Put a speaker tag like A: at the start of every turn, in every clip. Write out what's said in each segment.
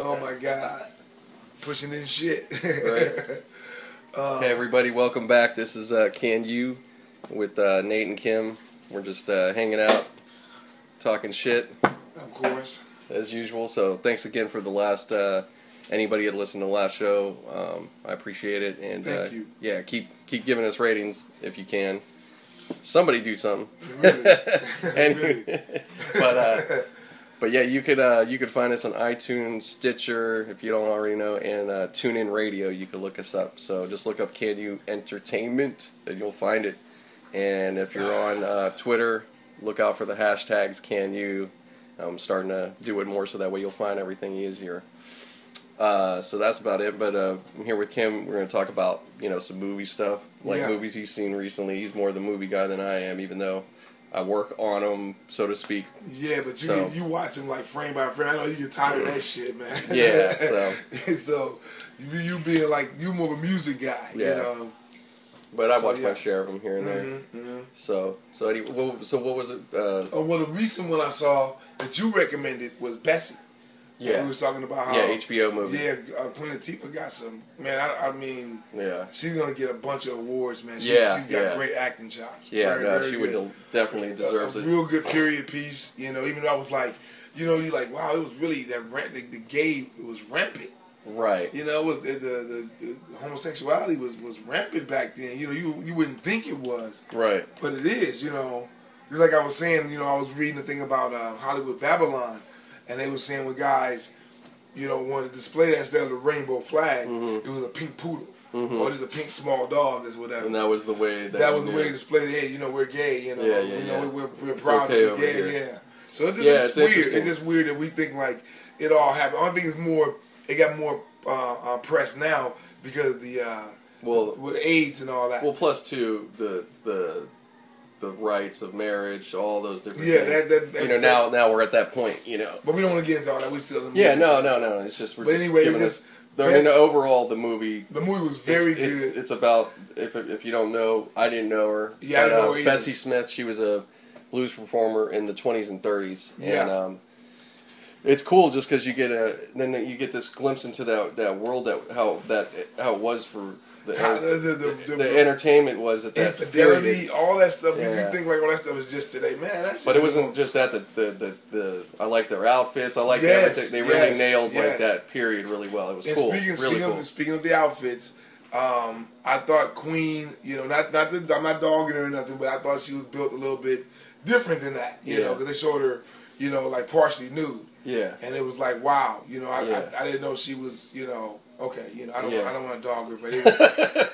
A: oh pushing this shit.
B: Right.
A: Um,
B: hey everybody, welcome back. This is uh, Can You with uh, Nate and Kim. We're just uh, hanging out, talking shit
A: of course.
B: as usual. So thanks again for the last uh, anybody that listened to the last show. Um, I appreciate it, and
A: Thank
B: uh,
A: you.
B: yeah, keep keep giving us ratings if you can. Somebody do something.
A: Really.
B: Anyway, but uh, but yeah, you could uh, you could find us on iTunes, Stitcher, if you don't already know, and uh, TuneIn Radio. You could look us up. So just look up Can You Entertainment, and you'll find it. And if you're on uh, Twitter, look out for the hashtags Can You. I'm starting to do it more so that way you'll find everything easier. Uh, so that's about it. But uh, I'm here with Kim. We're going to talk about you know some movie stuff, like
A: Yeah.
B: movies he's seen recently. He's more the movie guy than I am, even though I work on them, so to speak.
A: Yeah, but you
B: So-
A: get- you watch him like frame by frame. I know you get tired of that shit, man.
B: Yeah, so.
A: so you, you being like you more of a music guy, you
B: Yeah. Mm-hmm,
A: know.
B: But I
A: So,
B: watch my
A: yeah. Mm-hmm.
B: share of them here and there. So so any, well, so what was it? Uh,
A: Oh, well, the recent one I saw that you recommended was Bessie.
B: yeah,
A: we was talking about how
B: yeah, HBO movie.
A: Yeah, uh, Queen Latifah got some man. I, I mean,
B: yeah.
A: she's gonna get a bunch of awards, man. She,
B: Yeah,
A: she's got
B: yeah.
A: great acting chops.
B: Yeah,
A: Very,
B: no,
A: very
B: she would
A: good.
B: del- definitely deserves
A: a, a
B: it.
A: real good period piece. You know, even though I was like, you know, you like, wow, it was really that rant, the, the gay it was rampant.
B: Right.
A: You know, it was the, the, the, the homosexuality was was rampant back then. You know, you you wouldn't think it was,
B: Right.
A: but it is. You know, just like I was saying, you know, I was reading a thing about uh, Hollywood Babylon, and they were saying when guys, you know, wanted to display that instead of the rainbow flag,
B: Mm-hmm.
A: it was a pink poodle or just a pink small dog, that's whatever.
B: And that was the way that,
A: That was the
B: yeah.
A: way to display it. Hey, you know, we're gay. You know,
B: Yeah, yeah, yeah.
A: you know, we're, we're, we're proud
B: okay
A: to
B: over
A: be gay.
B: here.
A: Yeah. So it's just,
B: Yeah, it's
A: it's just weird.
B: interesting.
A: It's just weird that we think like it all happened. Only thing is more. It got more uh, uh, press now because of the uh,
B: Well-
A: with AIDS and all that.
B: Well, plus two the the the rights of marriage, all those different.
A: Yeah,
B: things.
A: that- that-
B: you know
A: that-
B: now now we're at that point. You know.
A: but we don't want to get into all that. We still in the
B: Yeah.
A: movie.
B: No. No. No. It's just. We're
A: But
B: just
A: anyway,
B: giving
A: this-
B: us- I mean, overall, the movie
A: The movie was very
B: it's,
A: good.
B: It's, it's about if if you don't know, I didn't know her.
A: Yeah, I
B: But,
A: didn't know
B: uh,
A: her either.
B: Bessie Smith. She was a blues performer in the twenties and thirties. And,
A: Yeah.
B: um, it's cool just because you get a then you get this glimpse into that that world that how that how it was for the
A: How- uh, the, the, the,
B: the,
A: the,
B: entertainment was at that
A: infidelity,
B: period.
A: all that stuff. You-
B: Yeah.
A: You think like all that stuff is just today, man. That's
B: But it wasn't just that. The the, the, the I like their outfits. I like
A: Yes,
B: everything. They really
A: yes,
B: nailed like
A: yes.
B: that period really well. It was
A: And
B: cool.
A: speaking,
B: really
A: speaking,
B: cool.
A: of, speaking of the outfits, um, I thought Queen, you know, not not the, I'm not dogging her or nothing, but I thought she was built a little bit different than that, you know,
B: Yeah.
A: 'cause they showed her, you know, like partially nude,
B: yeah.
A: and it was like, wow, you know, I,
B: Yeah.
A: I, I didn't know she was, you know, okay, you know, I don't
B: Yeah.
A: I don't want to dog her, but it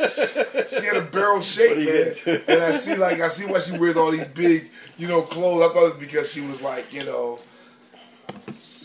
A: was, she, she had a barrel shape,
B: But he did
A: man,
B: too.
A: and I see like I see why she wears all these big, you know, clothes. I thought it was because she was like, you know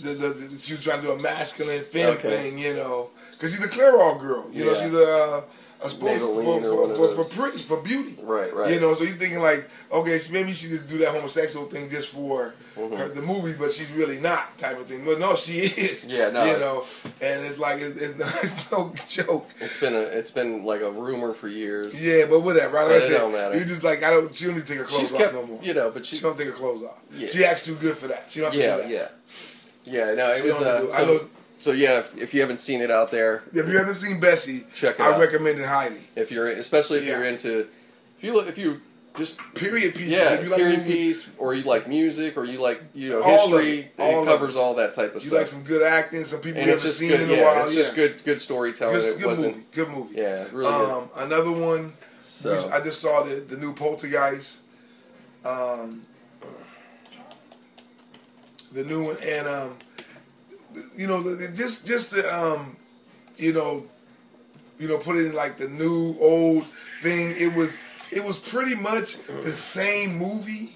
A: the, the, the- she was trying to do a masculine femme
B: Okay.
A: thing, you know, because she's a Clairol girl. You know,
B: Yeah.
A: she's a, uh, a spokes
B: Maybelline
A: for,
B: or one
A: for,
B: of
A: for, for
B: those.
A: pretty, for beauty.
B: Right, right.
A: You know, so you're thinking like, okay, she, maybe she just do that homosexual thing just for
B: Mm-hmm.
A: her, the movies, but she's really not type of thing. But no, she is.
B: Yeah, no.
A: You know, and it's like it's, it's, no, it's no joke.
B: It's been a it's been like a rumor for years.
A: Yeah, but whatever. Like
B: But
A: I
B: it
A: said,
B: don't matter.
A: you just like I don't. She don't need to take her clothes
B: she's
A: off
B: kept
A: no more.
B: you know, but she,
A: She don't take her clothes off.
B: Yeah.
A: She acts too good for that. She don't. Have to
B: yeah
A: do that.
B: yeah yeah no it
A: She
B: was
A: don't
B: uh,
A: do- I
B: so,
A: know-
B: so yeah if, if you haven't seen it out there
A: If you haven't seen Bessie,
B: Check it
A: I
B: out.
A: recommend it highly.
B: if you're especially if you're
A: Yeah.
B: into if you look if you just
A: Period pieces.
B: yeah
A: if you like
B: period
A: movies,
B: piece or you like music or you like you know
A: All of
B: history
A: it. All
B: it
A: of
B: covers all that type of
A: You
B: stuff
A: like some good acting, some people
B: and
A: you
B: it's
A: haven't
B: just
A: seen
B: good
A: in a
B: yeah
A: while.
B: it's
A: yeah.
B: just good good storytelling
A: Good,
B: it
A: good
B: wasn't
A: movie. Good movie.
B: yeah really good
A: Um, another one.
B: so
A: we- I just saw the the new Poltergeist. Um, the new one, and um, you know, the- the- just just the um, you know, you know, put it in like the new old thing. It was it was pretty much
B: Mm-hmm.
A: the same movie,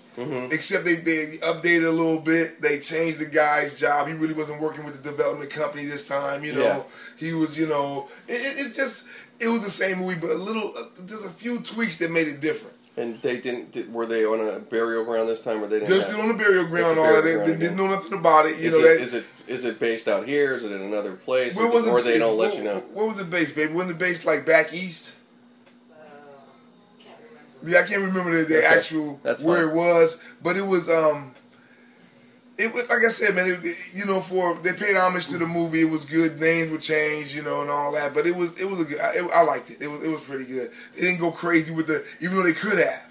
A: except they they updated a little bit. They changed the guy's job. He really wasn't working with the development company this time. You know,
B: Yeah.
A: he was you know it, it, it just it was the same movie, but a little uh, just a few tweaks that made it different.
B: and they didn't did, were they on a burial ground this time or they didn't
A: They're
B: have-
A: still on the burial ground. All
B: burial
A: that they,
B: ground
A: they
B: again.
A: didn't know nothing about it. You
B: is,
A: know
B: it,
A: that
B: is it is it based out here is it in another place
A: Where
B: or,
A: was it-
B: or they don't let
A: where-
B: you know
A: Where was the base, baby? Wasn't the base like back east? Yeah, I can't remember the, the
B: Okay.
A: actual
B: That's
A: where
B: fine.
A: it was, but it was um, it, it was like I said, man. It, you know, for they paid homage to the movie. It was good. Names would change, you know, and all that. But it was it was a good. I, it, I liked it. It was it was pretty good. They didn't go crazy with the even though they could have.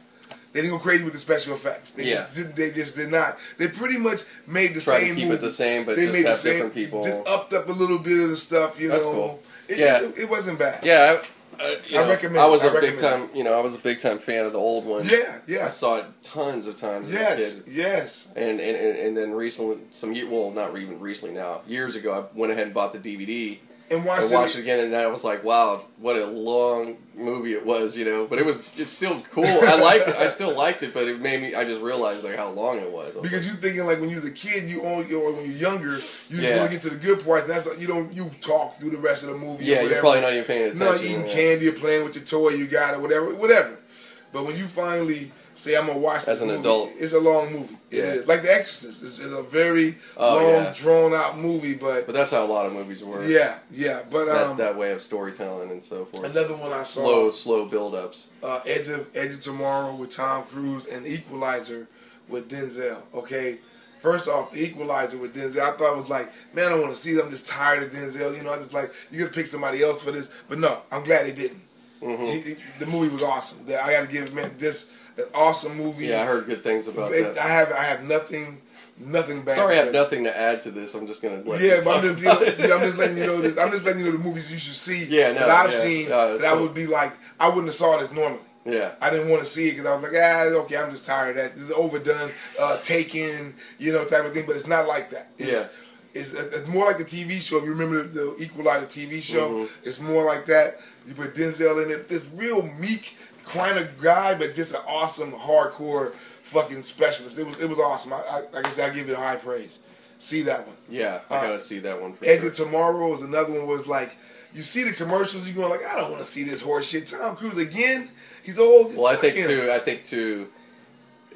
A: They didn't go crazy with the special effects. They
B: Yeah.
A: just did, they just did not. They pretty much made the
B: Try to
A: same.
B: keep it
A: movie.
B: the same, but
A: they
B: just
A: made the
B: have
A: same.
B: different people.
A: Just upped up a little bit of the stuff. You
B: That's
A: know,
B: cool.
A: It,
B: Yeah.
A: it, it wasn't bad.
B: yeah, I, I, you
A: I
B: know,
A: recommend
B: I was
A: it.
B: a
A: I
B: big
A: recommend
B: time, you know, I was a big time fan of the old one.
A: yeah, yeah.
B: I saw it tons of times as a
A: Yes,
B: kid.
A: yes.
B: And, and, and, and then recently, some year, well, not even recently now, years ago, I went ahead and bought the DVD
A: And watch
B: I
A: it.
B: watched it again, and I was like, "Wow, what a long movie it was!" You know, but it was it's still cool. I liked I still liked it, but it made me. I just realized like how long it was. I was
A: Because you thinking like when you was a kid, you only or when you're younger, you
B: Yeah.
A: want to get to the good parts. And that's like, you don't you talk through the rest of the movie.
B: like, yeah,
A: or
B: you're
A: whatever.
B: probably not even paying attention.
A: No, you're eating
B: Yeah.
A: candy or playing with your toy you got or whatever, whatever. But when you finally say I'm gonna watch
B: As
A: this
B: an
A: movie,"
B: adult.
A: it's a long movie. It
B: Yeah.
A: is. like The Exorcist is, is a very
B: Oh,
A: long,
B: yeah.
A: drawn out movie. But,
B: But that's how a lot of movies work.
A: yeah, yeah. But
B: that,
A: um,
B: that way of storytelling and so forth.
A: another one I saw,
B: Slow, slow build-ups.
A: uh, Edge of Edge of Tomorrow with Tom Cruise and Equalizer with Denzel. Okay, first off, the Equalizer with Denzel, I thought it was like, man, I want to see. it. I'm just tired of Denzel. You know, I just like you could pick somebody else for this, but no, I'm glad they didn't.
B: Mm-hmm.
A: He- he- the movie was awesome. That- I got to give man this an awesome movie.
B: Yeah, I heard good things about
A: It- I
B: that.
A: have I have nothing nothing bad.
B: Sorry, I
A: to say.
B: have nothing to add to this. I'm just gonna. Let
A: Yeah,
B: you
A: but I'm
B: talk
A: just, you
B: about
A: know,
B: it.
A: yeah, I'm just letting you know this. I'm just letting you know the movies you should see
B: Yeah, no,
A: that I've
B: yeah.
A: seen
B: No, that's
A: that I
B: cool.
A: would be like I wouldn't have saw this normally.
B: yeah.
A: I didn't want to see it because I was like, ah, okay, I'm just tired of that. This is overdone, uh, taken, you know, type of thing. But it's not like that. It's, It's, it's more like the TV show. If you remember the, the Equalizer TV show,
B: Mm-hmm.
A: it's more like that. You put Denzel in it. This real meek kind of guy, but just an awesome, hardcore fucking specialist. It was it was awesome. I, I, like I said, I give it high praise. See that one.
B: Yeah, I
A: Uh,
B: gotta see that one. For
A: Edge
B: sure.
A: of Tomorrow is another one. Was like, you see the commercials, you're going like, I don't want to see this horse shit. Tom Cruise again. He's old.
B: Well, I
A: Fuck
B: think
A: him.
B: too. I think too.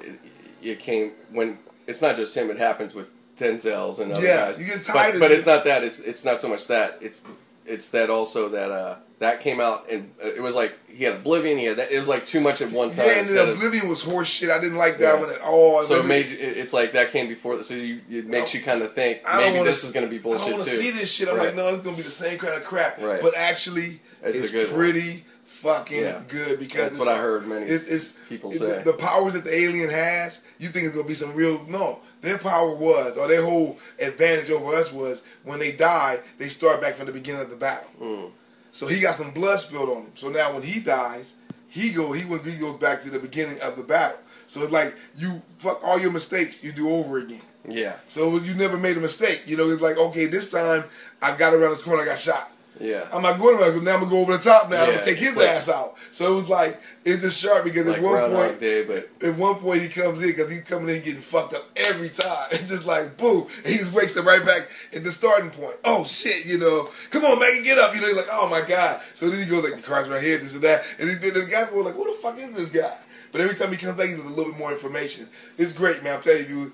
B: It, it came when it's not just him. It happens with Denzel's and other
A: Yeah,
B: guys.
A: you get
B: But-
A: tired
B: but,
A: of it.
B: it's not that. It's it's not so much that. It's it's that also that uh that came out and uh, it was like he had Oblivion. He had that. It was like too much at one time.
A: Yeah, and
B: instead
A: then
B: of-
A: Oblivion was horse shit. I didn't like that
B: Yeah.
A: one at all.
B: so it
A: Oblivion-
B: made it, it's like that came before. So you, it makes you kind of think
A: I don't
B: maybe
A: wanna
B: this
A: s-
B: is going to be
A: I
B: bullshit
A: don't want
B: too.
A: to see this shit. I'm
B: Right.
A: like, no, it's gonna be the same kind of crap.
B: Right.
A: But actually,
B: It's
A: it's,
B: a good one.
A: pretty fucking
B: Yeah.
A: good because
B: That's
A: it's,
B: what I heard many
A: It's, it's
B: people
A: it-
B: say.
A: the, the powers that the alien has. You think it's gonna be some real? No, their power was, or their whole advantage over us was when they die, they start back from the beginning of the battle.
B: Mm.
A: So he got some blood spilled on him. So now when he dies, he go he, went, he goes back to the beginning of the battle. So it's like you fuck all your mistakes, you do over again.
B: yeah,
A: So it was, you never made a mistake. You know, it's like okay, this time I got around this corner, I got shot.
B: yeah.
A: I'm not going around. Now I'm gonna go over the top. Now I'm
B: Yeah,
A: gonna take his
B: like-
A: ass out. So it was like it's just sharp because
B: like
A: at one
B: Groundhog
A: point,
B: Day, but
A: at one point he comes in because he's coming in getting fucked up every time. It's just like boom, and he just wakes up right back at the starting point. Oh shit, you know, come on, Megan, get up. You know, he's like, oh my god. So then he goes like the car's right here, this and that, and he, the guys were like, who the fuck is this guy? But every time he comes back, he gives a little bit more information. It's great, man. I'm telling you, if you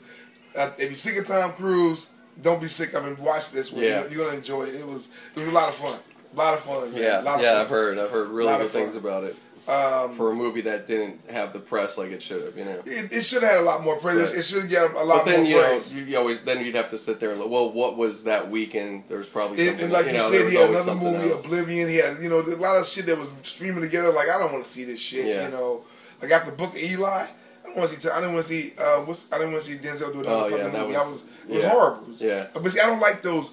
A: uh, if you're sick of Tom Cruise, don't be sick of him. Watch this one.
B: Yeah.
A: You're, you're gonna enjoy it. It was it was a lot of fun. A lot of fun. man.
B: yeah,
A: A lot of
B: yeah.
A: fun.
B: I've heard. I've heard really
A: Lot
B: good
A: of fun.
B: things about it.
A: Um,
B: for a movie that didn't have the press like it should have, you know.
A: It, it should have had a lot more praise.
B: Right.
A: It should have got a lot
B: But then
A: more
B: you know,
A: praise.
B: you, you always then you'd have to sit there and look. Well, what was that weekend? There was probably
A: And,
B: something.
A: and like you,
B: know, there
A: said,
B: was
A: he had
B: always
A: another
B: something
A: movie,
B: else.
A: Oblivion. He had, you know, a lot of shit that was streaming together. Like, I don't want to see this shit.
B: Yeah.
A: You know, like after Book of Eli, I don't want to see. I didn't want to see. Uh, what's I didn't want to see Denzel do another
B: Oh, yeah, that
A: fucking movie.
B: was-
A: I was it was
B: yeah.
A: horrible.
B: Yeah.
A: but see, I don't like those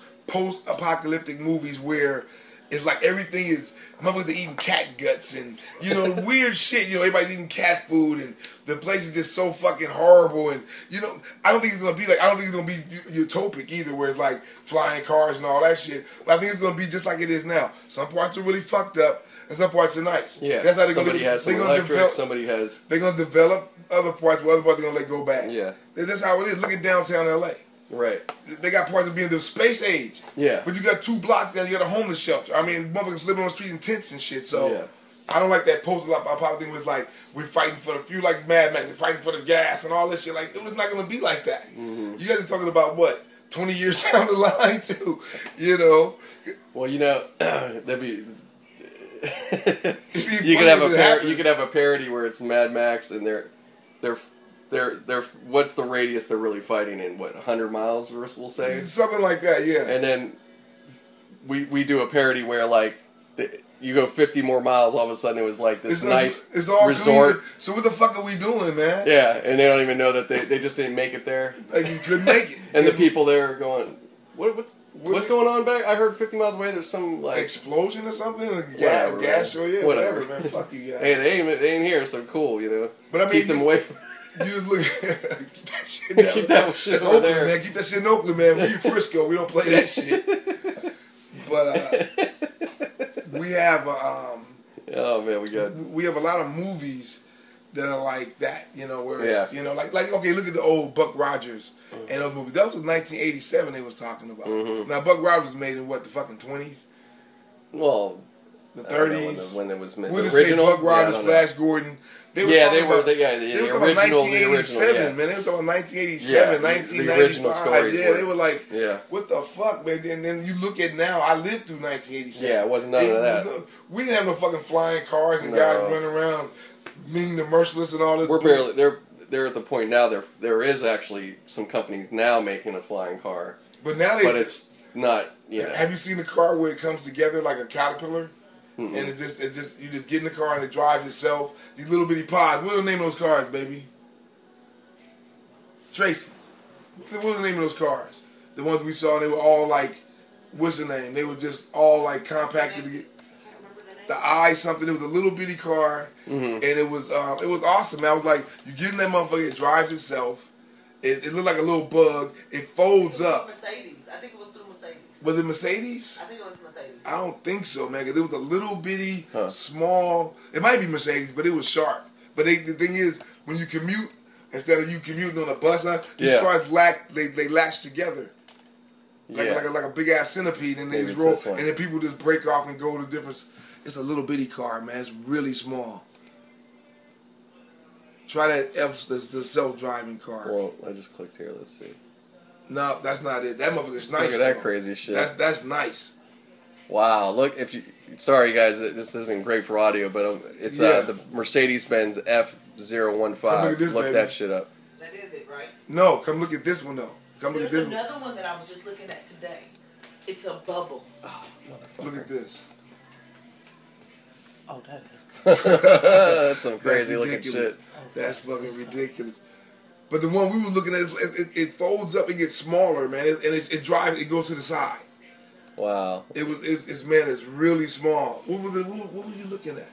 A: post-apocalyptic movies where. It's like everything is motherfuckers are eating cat guts and you know weird shit. You know everybody's eating cat food and the place is just so fucking horrible. And you know I don't think it's gonna be like I don't think it's gonna be u- utopic either, where it's like flying cars and all that shit. But I think it's gonna be just like it is now. Some parts are really fucked up and some parts are nice.
B: Yeah,
A: that's how they're
B: somebody
A: gonna.
B: has some
A: they're gonna
B: electric.
A: develop.
B: Somebody has
A: they're gonna develop other parts where other parts are gonna let go back.
B: Yeah.
A: That- that's how it is. Look at downtown L.A.
B: right.
A: They got parts of being the space age.
B: Yeah,
A: But you got two blocks down, you got a homeless shelter. I mean, motherfuckers living on the street in tents and shit. So
B: Yeah.
A: I don't like that post a lot about pop thing with like we're fighting for the few like Mad Max, we're fighting for the gas and all this shit. Like, dude, it's not gonna be like that.
B: Mm-hmm.
A: You guys are talking about what twenty years down the line too, you know?
B: Well, you know, that'd be.
A: It'd be
B: you
A: funny
B: could have
A: if
B: a par-
A: it happens.
B: you could have a parody where it's Mad Max and they're they're they're they're what's the radius they're really fighting in? What hundred miles? We'll say
A: something like that. Yeah.
B: and then we we do a parody where like the, you go 50 more miles all of a sudden it was like this
A: It's,
B: nice
A: it's, it's all
B: resort
A: Good. So what the fuck are we doing, man?
B: yeah and they don't even know that they, they just didn't make it there
A: Like you couldn't make it.
B: and the
A: Couldn't-
B: people there are going what, what's
A: What-
B: what's going on back i heard 50 miles away there's some like
A: explosion or something, or gas,
B: Whatever, man.
A: gas show, yeah, whatever.
B: Whatever.
A: man. Fuck you guys.
B: hey they ain't, they ain't here so cool you know
A: But I mean,
B: keep them
A: you-
B: away from
A: You look. keep that shit. down.
B: Keep that shit
A: That's
B: over
A: Oakland,
B: there.
A: man. Keep that shit in Oakland, man. We in Frisco. We don't play that shit. But uh, we have a,
B: oh man we got
A: um, we have a lot of movies that are like that, you know, where it's,
B: Yeah. Mm-hmm.
A: you know, like like okay, look at the old Buck Rogers and those movies. That was 1987. They was talking about. Now Buck Rogers was made in what the fucking 20s,
B: well
A: the
B: I don't know when
A: 30s.
B: the- when it was meant
A: We'll
B: the
A: just say
B: original
A: Buck
B: Yeah, I
A: Rogers,
B: don't know.
A: Flash Gordon. They were
B: Yeah,
A: talking
B: they were-
A: about,
B: they- yeah, yeah,
A: they were
B: the
A: talking about
B: original, the
A: 1987,
B: original, yeah.
A: man. They were talking about
B: Yeah,
A: 1987,
B: the- the original
A: 1995.
B: stories
A: Yeah,
B: were-
A: they were like,
B: yeah
A: what the fuck, man? And then you look at now, I lived through 1987.
B: Yeah, it wasn't none of
A: They-
B: that.
A: We didn't have no fucking flying cars and
B: No.
A: guys running around, meaning the merciless and all this.
B: We're
A: bull-
B: barely they're they're at the point now there there is actually some companies now making a flying car,
A: But now they.
B: but it's not you know
A: Have you seen the car where it comes together like a caterpillar? And it's just, it's just, you just get in the car and it drives itself. These little bitty pods. What are the name of those cars, baby? Tracy. What was the name of those cars? The ones we saw, they were all like, what's the name? They were just all like compacted. to get- The eye something. It was a little bitty car, and it was, um, it was awesome. I was like, you get in that motherfucker, it drives itself. It, it looked like a little bug. It folds up.
C: Mercedes. I think it was through Mercedes.
A: Was it Mercedes?
C: I think it was Mercedes.
A: I don't think so, man. 'cause it was a little bitty,
B: Huh.
A: small. It might be Mercedes, but it was sharp. But they, the thing is, when you commute, instead of you commuting on a bus, huh, these
B: Yeah.
A: cars lack they, they latch together like
B: yeah.
A: like, a, like a big ass centipede, and they
B: Maybe
A: just
B: it's
A: roll,
B: this one.
A: and then people just break off and go to different. s- It's a little bitty car, man. It's really small. Try that F, the, the self driving car.
B: well, I just clicked here. Let's see.
A: No, that's not it. That motherfucker's nice.
B: look at
A: though.
B: that crazy shit.
A: That's that's nice.
B: wow, look if you. Sorry guys, this isn't great for audio, but um, it's uh,
A: Yeah.
B: the Mercedes Benz
A: Look
B: F015.
A: at this,
B: Look
A: baby.
B: that shit up.
C: That is it, right?
A: No, come look at this one though. Come look at
C: There's
A: this. one.
C: another one that I was just looking at today. It's a bubble.
A: Look at this.
C: Oh, that is.
B: That's some crazy looking
A: ridiculous. Oh,
B: shit.
A: That's fucking ridiculous. But the one we were looking at, it, it, it folds up, it gets smaller, man, it, and it's, it drives, it goes to the side.
B: Wow.
A: It was, it's, it's man, it's really small. What was it? What, what were you looking at?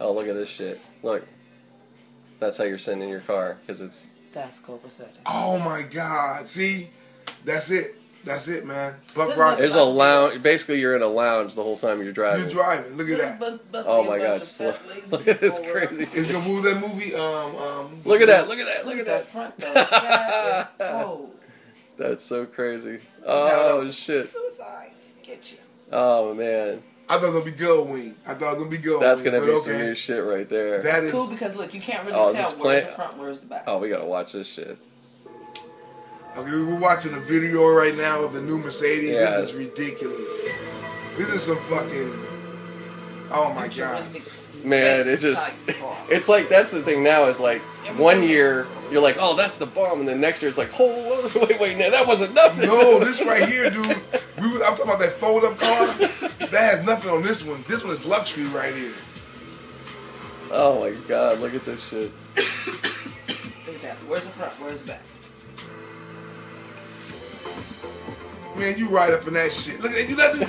B: Oh, look at this shit. Look. That's how you're sending your car because it's
C: That's cool. What's that?
A: Oh my God! See, that's it. That's it, man. Buck
C: Good
A: Rogers,
B: there's a lounge. Basically, you're in a lounge the whole time you're driving.
A: you're driving. Look at that.
B: Oh my god, slow. look at this crazy.
A: It's gonna move that movie. Um, um.
B: Look at that, look at that,
C: Look
B: look at
C: at that
B: that.
C: front though. That is cold.
B: That's so crazy.
C: Now,
B: Oh
C: the
B: shit.
C: Suicides get you.
B: Oh man.
A: I thought it was gonna be Gull Wing. I thought it was gonna be Gull.
B: That's
A: Wing,
B: gonna
A: but
B: be
A: okay.
B: some new shit right there.
A: That
C: It's
A: is
C: cool because look, you can't really
B: Oh, is
C: tell
B: this
C: where's the
B: plant-
C: front, where's the back.
B: oh, we gotta watch this shit.
A: Okay, we're watching a video right now of the new Mercedes.
B: Yeah.
A: This is ridiculous. This is some fucking. Oh my god.
C: Futuristic
B: Man, it
C: space
B: just
C: type car.
B: it's like that's the thing now is like one year you're like, Oh, that's the bomb and then next year it's like, Oh whoa, wait, wait, no, that wasn't nothing.
A: No, this right here, dude. We was, I'm talking about that fold up car. That has nothing on this one. This one is luxury right here.
B: Oh my god, look at this shit.
C: Look at that. Where's the front? Where's the back?
A: Man, you right up in that shit. Look at you. Not doing,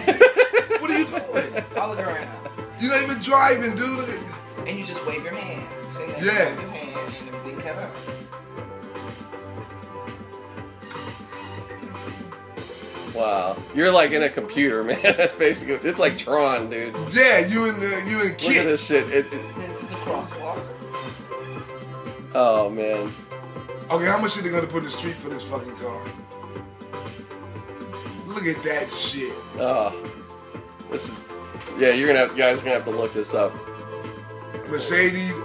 A: what are you doing?
C: All look around,
A: You're not even driving, dude. Look at,
C: and you just wave your hand. So you have
A: Yeah.
C: to wave his hand and everything cut out.
B: Wow. You're like in a computer, man. That's basically it's like Tron, dude. Look
A: yeah, you and uh, you and
B: at
A: Kit.
B: this shit. It, it,
C: Since it's a crosswalk,
B: oh man.
A: Okay, how much shit they gonna put in the street for this fucking car? Look at that shit.
B: Oh, this is. Yeah, you're gonna have, you guys are gonna have to look this up.
A: Mercedes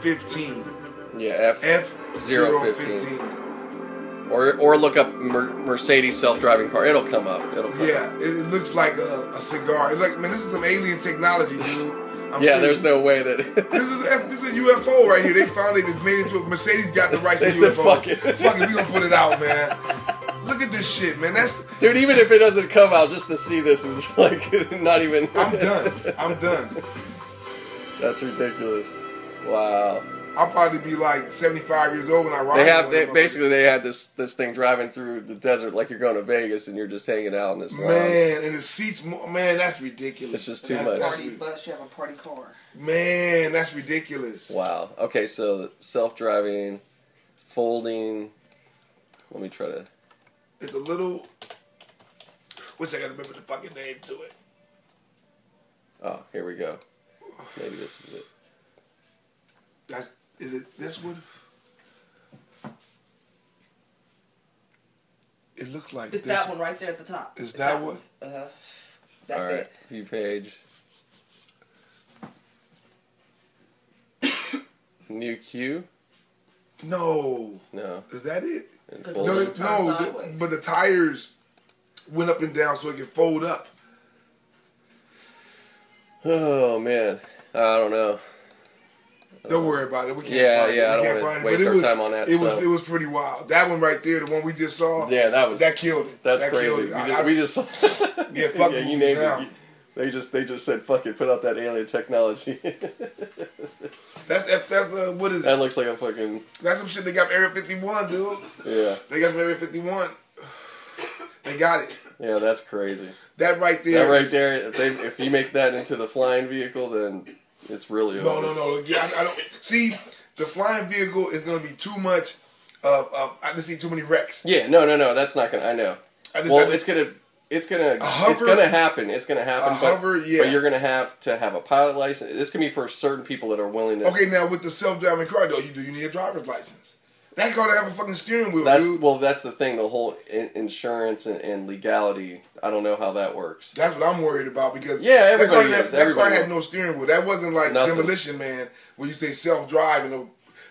A: 015.
B: Yeah, F,
A: F
B: Zero
A: 015.
B: or or look up Mer- Mercedes self-driving car. It'll come up. It'll come.
A: Yeah, it, it looks like a, a cigar. It's like, man, this is some alien technology, dude. I'm
B: yeah,
A: serious.
B: there's no way that.
A: This is F, this is UFO right here. They finally just made it to a Mercedes got the rights
B: They
A: to
B: said,
A: UFO.
B: "Fuck it."
A: Fuck it, we gonna put it out, man. Look at this shit, man. That's
B: Dude, even if it doesn't come out, just to see this is like not even.
A: I'm done. I'm done.
B: That's ridiculous. Wow.
A: I'll probably be like 75 years old when I ride.
B: They have
A: one
B: they,
A: of them.
B: basically they had this this thing driving through the desert like you're going to Vegas and you're just hanging out in this lounge.
A: Man, and the seats, mo- man, that's ridiculous.
B: It's just too
A: That's-
B: much.
A: that's
D: Party bus, you have a party car.
A: ri- man, that's ridiculous.
B: Wow. Okay, so self driving, folding. Let me try to.
A: It's a little. Which I gotta remember the fucking name to it.
B: Oh, here we go. Maybe this is it.
A: That's is it this one? It looks like
C: It's
A: this
C: that one right there at the top.
A: Is
C: It's
A: that one?
C: Uh,
D: That's
B: All right,
D: it.
B: view page. New queue?
A: No,
B: No.
A: is that it?
B: And
C: No,
A: No,
B: folding.
A: it's, no.
C: Turn
A: the-
C: sideways.
A: but the tires went up and down so it could fold up.
B: Oh man, I don't know.
A: Don't worry about it. We can't
B: Yeah,
A: find it.
B: yeah, I
A: We
B: don't
A: can't
B: wanna
A: find it.
B: waste
A: But it
B: our
A: was,
B: time on that,
A: It was
B: so.
A: it was pretty wild. That one right there, the one we just saw.
B: Yeah, that was
A: that killed it.
B: That's
A: that
B: crazy.
A: Killed
B: We
A: it.
B: just,
A: I- I-
B: we just
A: Yeah, fuck movies now.
B: You- They just they just said fuck it, put out that alien technology.
A: that's F, that's uh, what is it?
B: that looks like a fucking
A: That's some shit they got from Area 51, dude.
B: yeah
A: They got from Area 51. They got it.
B: yeah that's crazy.
A: That right there.
B: That right
A: is-
B: there, if they if you make that into the flying vehicle, then it's really
A: No,
B: over.
A: no, no. Yeah, I, I don't see the flying vehicle is gonna be too much. Of, of I just see too many wrecks.
B: Yeah, no, no, no. That's not gonna. I know.
A: I just,
B: Well,
A: I
B: it's
A: just,
B: gonna. It's gonna, it's
A: hover-
B: gonna happen. It's gonna happen.
A: a
B: but,
A: hover, yeah.
B: but you're gonna have to have a pilot license. This can be for certain people that are willing to.
A: okay. Now with the self-driving car though, you do you need a driver's license? That car to have a fucking steering wheel,
B: That's
A: dude.
B: well, that's the thing. The whole in- insurance and, and legality. I don't know how that works.
A: That's what I'm worried about because
B: Yeah, everybody
A: that car,
B: is.
A: That, that car
B: Everybody
A: had
B: is.
A: no steering wheel. That wasn't like
B: Nothing.
A: Demolition Man when you say self-drive and no,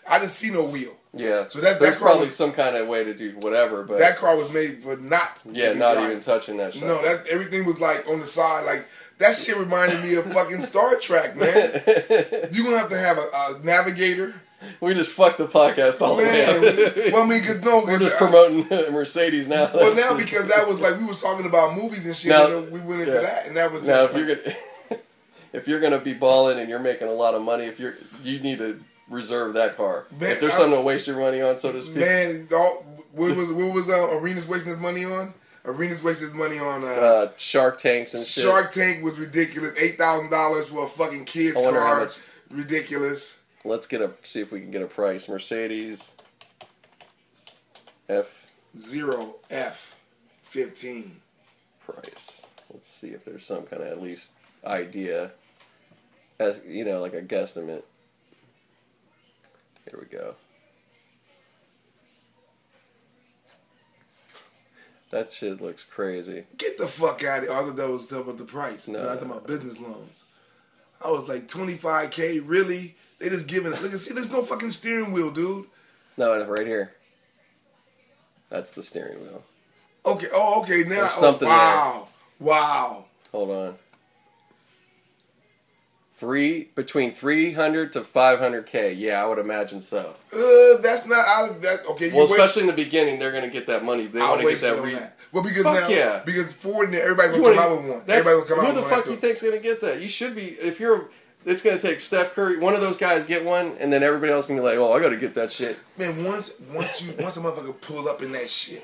A: I didn't see no wheel.
B: Yeah.
A: So that- that
B: there's
A: car
B: probably
A: was-
B: some kind of way to do whatever, but
A: That car was made for not. to
B: yeah,
A: be
B: not
A: driving.
B: even touching that shit.
A: No, that everything was like on the side. Like that shit reminded me of fucking Star Trek, man. You gonna have to have a, a navigator.
B: we just fucked the podcast all the way
A: Man,
B: up.
A: well, I mean, cause no,
B: Oh, We're just
A: cause, uh,
B: promoting Mercedes now.
A: well now because that was like we was talking about movies and shit,
B: Now-
A: and then we went into
B: yeah.
A: that, and that was
B: now
A: just
B: if you're gonna if you're gonna be balling and you're making a lot of money, if you're you need to reserve that car.
A: Man,
B: if there's
A: I-
B: something to waste your money on, so to speak.
A: man. All, what was what was uh, Arenas wasting his money on? Arenas wasting his money on. Uh,
B: Uh, shark tanks and shit.
A: Shark Tank was ridiculous. Eight thousand dollars for a fucking kid's
B: I wonder how
A: car.
B: much-
A: Ridiculous.
B: Let's get a see if we can get a price. Mercedes F
A: Zero F fifteen.
B: price. Let's see if there's some kind of at least idea, as you know, like a guesstimate. Here we go. That shit looks crazy.
A: Get the fuck out of here. I thought that was double the price.
B: No.
A: No, I thought my business loans. I was like twenty five K, really? They just giving it. Look at see there's no fucking steering wheel, dude.
B: No, no, right here. That's the steering wheel.
A: Okay, oh okay, now
B: There's
A: oh,
B: something
A: wow. Wow.
B: Hold on. Three between three hundred to five hundred k. Yeah, I would imagine so.
A: Uh, that's not out of that okay, you
B: Well,
A: wait-
B: especially in the beginning, they're gonna get that money. They
A: I'll
B: want to get
A: waste it
B: that
A: on
B: re-
A: that. Well because
B: Fuck
A: now
B: yeah.
A: because Ford and everybody's
B: You
A: gonna come
B: wanna-
A: out with one.
B: that's-
A: Everybody's gonna come out
B: Who
A: with
B: the
A: one.
B: fuck
A: after-
B: you think's gonna get that? You should be if you're. It's gonna take Steph Curry. One of those guys get one, and then everybody else can be like, "Oh, I gotta get that shit."
A: Man, once once you once a motherfucker pull up in that shit,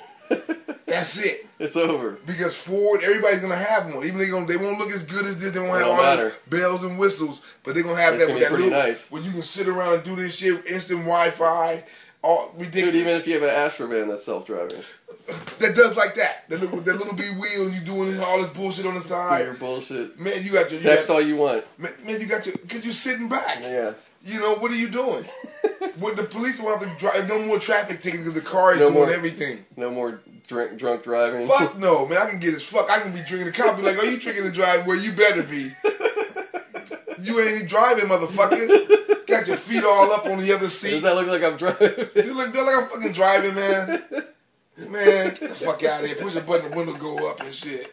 A: that's it.
B: It's over.
A: Because Ford, everybody's gonna have one. Even they gonna they won't look as good as this. They won't
B: It
A: have
B: don't
A: all
B: matter.
A: the bells and whistles, but they gonna have
B: It's
A: that
B: gonna be
A: with that
B: pretty
A: little
B: nice.
A: when you can sit around and do this shit, instant Wi-Fi, all ridiculous.
B: Dude, even if you have an Astrovan that's self-driving,
A: that does like that. That little that little big wheel, and you doing all this bullshit on the
B: your
A: side.
B: bullshit.
A: Man, you got your you
B: Text
A: got,
B: all you want.
A: man, man, you got your because you're sitting back.
B: Yeah.
A: You know what are you doing? what the police will have to drive. No more traffic tickets because the car is
B: No
A: doing
B: more.
A: everything.
B: No more drink, drunk driving.
A: Fuck no, man. I can get as fuck. I can be drinking the cop be like, oh, you drinking and drive? Well, you better be. You ain't even driving, motherfucker. Got your feet all up on the other
B: Does
A: seat.
B: that look like I'm driving?
A: You look good like I'm fucking driving, man. Man, get the fuck out of here. Push the button, the window go up and shit.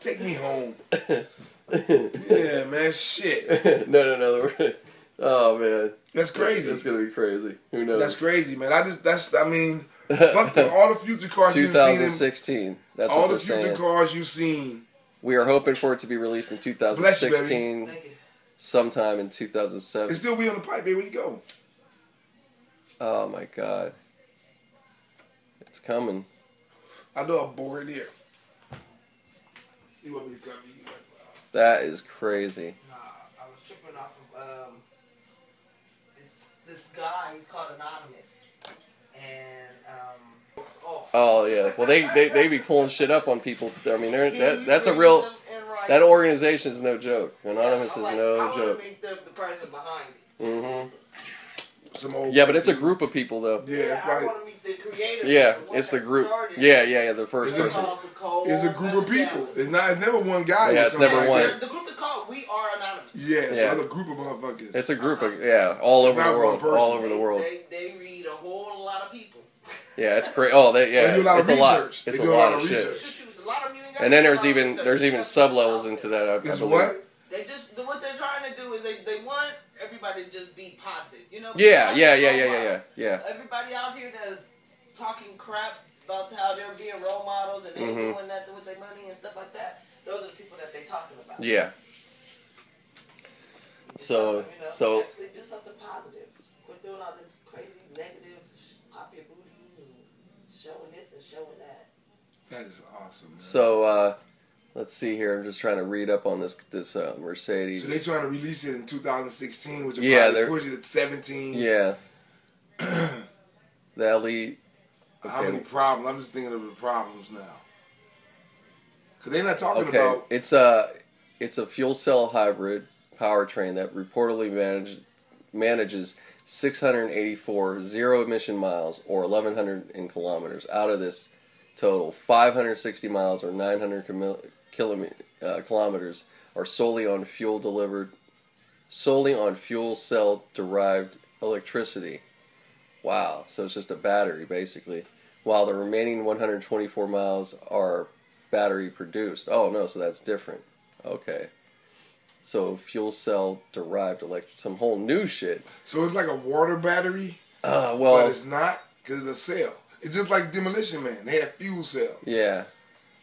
A: Take me home. Yeah, man. Shit.
B: no, no, no. we're- Oh man,
A: That's crazy.
B: It's gonna be crazy. Who knows?
A: That's crazy, man. I just that's I mean, fuck the, all the future cars you've seen. in-
B: 2016. That's
A: all
B: what
A: the
B: we're
A: future
B: saying.
A: cars you've seen.
B: we are hoping for it to be released in
A: Bless you, baby.
B: 2016,
C: Thank you.
B: sometime in 2007.
A: It's still we on the pipe, baby. When you go,
B: oh my god, it's coming.
A: I know I'm bored here. You want me to grab you? You like,
B: That is crazy.
C: Nah, I was tripping off of um, it's this guy. He's called Anonymous, and um, it's off.
B: Oh yeah. Well, they they, they be pulling shit up on people. I mean, they're,
C: He
B: that that's a
C: brings
B: real.
C: them in writing.
B: That organization is no joke.
C: Yeah,
B: Anonymous
C: I'm
B: is
C: like, I
B: no
C: wanna
B: joke.
C: meet the, the person behind
B: hmm
C: it.
A: Some old
B: Yeah, but it's a group of people though.
A: Yeah, that's
C: I
A: right.
C: want to meet the creator.
B: Yeah,
C: the one
B: it's the
C: that
B: group.
C: started
B: Yeah, yeah, yeah. The
C: it.
B: first
A: It's a-
C: It's
B: person.
C: called Cole
A: It's a group of
C: Dallas.
A: people. It's not. It's never one guy.
B: Yeah,
A: or
B: it's
A: something
B: never
A: like
B: one.
A: that.
C: The, the group is called We Are Anonymous.
A: Yeah, it's
B: Yeah.
A: another group of motherfuckers.
B: It's a group of yeah, all over
A: Uh-huh. Not
B: the
A: one
B: world,
A: person.
B: all over the
C: They-
B: world.
C: They, they read a whole lot of people.
B: Yeah, it's crazy. Oh, they, yeah,
A: They do a lot of
B: it's a lot.
A: research.
B: It's
A: They
B: a
A: do
B: lot of shit.
A: research.
C: Shoot, you, a lot of you ain't gotta
B: And then
C: do a
B: there's
C: lot of
B: even
C: research.
B: there's
C: You
B: even
C: just
B: sub
C: gotta
B: levels
C: put it out
B: into
C: there.
B: that. I, I
A: It's
B: believe.
A: what?
C: They just what they're trying to do is they, they want everybody to just be positive, you know. oh
B: Yeah,
C: Because
B: yeah,
C: that's
B: yeah,
C: all
B: yeah, yeah,
C: why.
B: yeah, yeah.
C: Everybody out here that's talking crap about how they're being role models and they ain't
B: Mhm.
C: doing nothing with their money and stuff like that. Those are the people that they talking about.
B: Yeah. So
C: You know,
B: so
C: actually do something positive. Quit doing all this crazy negative, sh- pop your booty, and showing this and showing that.
A: That is awesome. Man. So,
B: so uh, let's see here. I'm just trying to read up on this this uh, Mercedes.
A: they trying to release it in 2016, which will
B: Yeah,
A: yeah, probably
B: they're-
A: push it at 17.
B: yeah. the LE.
A: How
B: Okay.
A: many problems? I'm just thinking of the problems now. Cause they're not talking
B: Okay,
A: about
B: it's a it's a fuel cell hybrid powertrain that reportedly manage, manages 684 zero emission miles or 1100 in kilometers out of this total 560 miles or 900 kilo, kilome- uh, kilometers are solely on fuel delivered solely on fuel cell derived electricity wow so it's just a battery basically while the remaining 124 miles are battery produced. Oh no, so that's different. Okay. So fuel cell derived electric, some whole new shit.
A: So it's like a water battery,
B: Uh,
A: but
B: well,
A: it's not because it's a cell. It's just like Demolition Man. They had fuel cells,
B: yeah.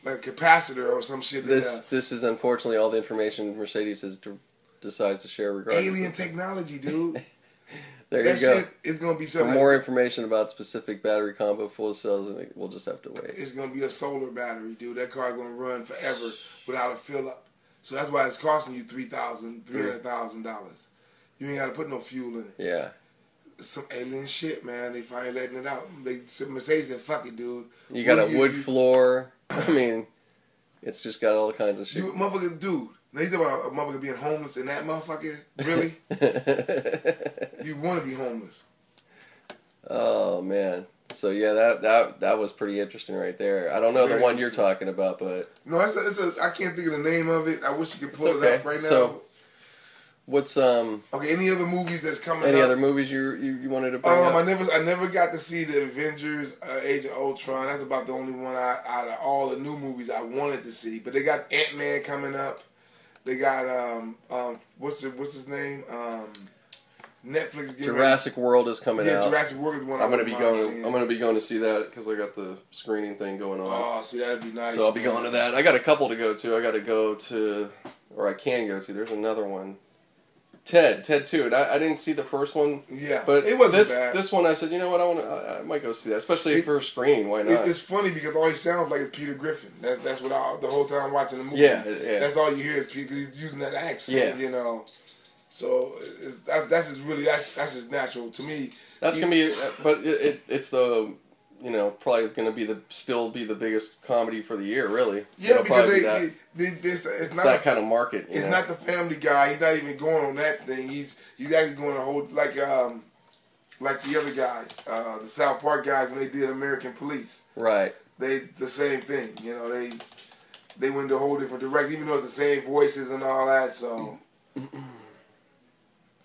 A: like a capacitor or some shit. uh,
B: This
A: This
B: this is unfortunately all the information Mercedes has d- decides to share regarding.
A: alien technology, dude.
B: there
A: that
B: you go.
A: shit is gonna be
B: For
A: something.
B: more information about specific battery combo fuel cells, and we'll just have to wait.
A: it's gonna be a solar battery, dude. That car gonna run forever without a fill up. So that's why it's costing you three thousand, three hundred thousand dollars. You ain't gotta put no fuel in it.
B: Yeah.
A: Some alien shit, man. They finally letting it out. They Mercedes said, "Fuck it, dude."
B: You got
A: What
B: a
A: do you-
B: wood
A: you-
B: floor. I mean, it's just got all kinds of shit.
A: You motherfucker, dude. Now you talking about a motherfucker being homeless and that motherfucker? Really? you want to be homeless?
B: Oh man. So yeah, that that that was pretty interesting right there. I don't know
A: Very
B: the one you're talking
A: interesting.
B: about, but
A: No, it's a, it's a. I can't think of the name of it. I wish you could pull
B: It's
A: it
B: okay.
A: up right now.
B: So- what's um
A: okay, any other movies that's coming?
B: any
A: up?
B: other movies you you, you wanted to bring
A: Um, I
B: up?
A: never, I never got to see the Avengers: uh, Age of Ultron. That's about the only one I, out of all the new movies I wanted to see. But they got Ant Man coming up. They got um, um, what's the, what's his name? Um, Netflix. getting ready-
B: Jurassic World is coming
A: Yeah,
B: out.
A: Jurassic World is one.
B: I'm gonna
A: wouldn't
B: be
A: mind
B: going.
A: seeing.
B: I'm gonna be going to see that because I got the screening thing going on.
A: Oh, see, that'd be nice.
B: so I'll be going to that. I got a couple to go to. I got to go to, or I can go to. There's another one. Ted, Ted Two, and I, I didn't see the first one,
A: Yeah,
B: but
A: it wasn't
B: this
A: bad.
B: this one I said, you know what, I want to, I, I might go see that, especially
A: It-
B: for a screening. Why not?
A: It, it's funny because all he sounds like is Peter Griffin. That's that's what I the whole time watching the movie.
B: Yeah, yeah.
A: That's all you hear is Peter. 'cause He's using that accent.
B: Yeah.
A: You know. So it's, that, that's his really that's that's his natural to me.
B: That's
A: You-
B: gonna be, uh, but it, it it's the you know probably gonna be the still be the biggest comedy for the year really.
A: Yeah,
B: It'll
A: because
B: probably
A: they,
B: be that,
A: they, they, this it's
B: it's
A: not
B: that
A: a-
B: kind of market. You
A: it's
B: know?
A: not the Family Guy. He's not even going on that thing. He's he's actually going a whole like um like the other guys, uh, the South Park guys when they did American Police.
B: right.
A: they the same thing. You know, they they went a whole different direction, even though it's the same voices and all that. So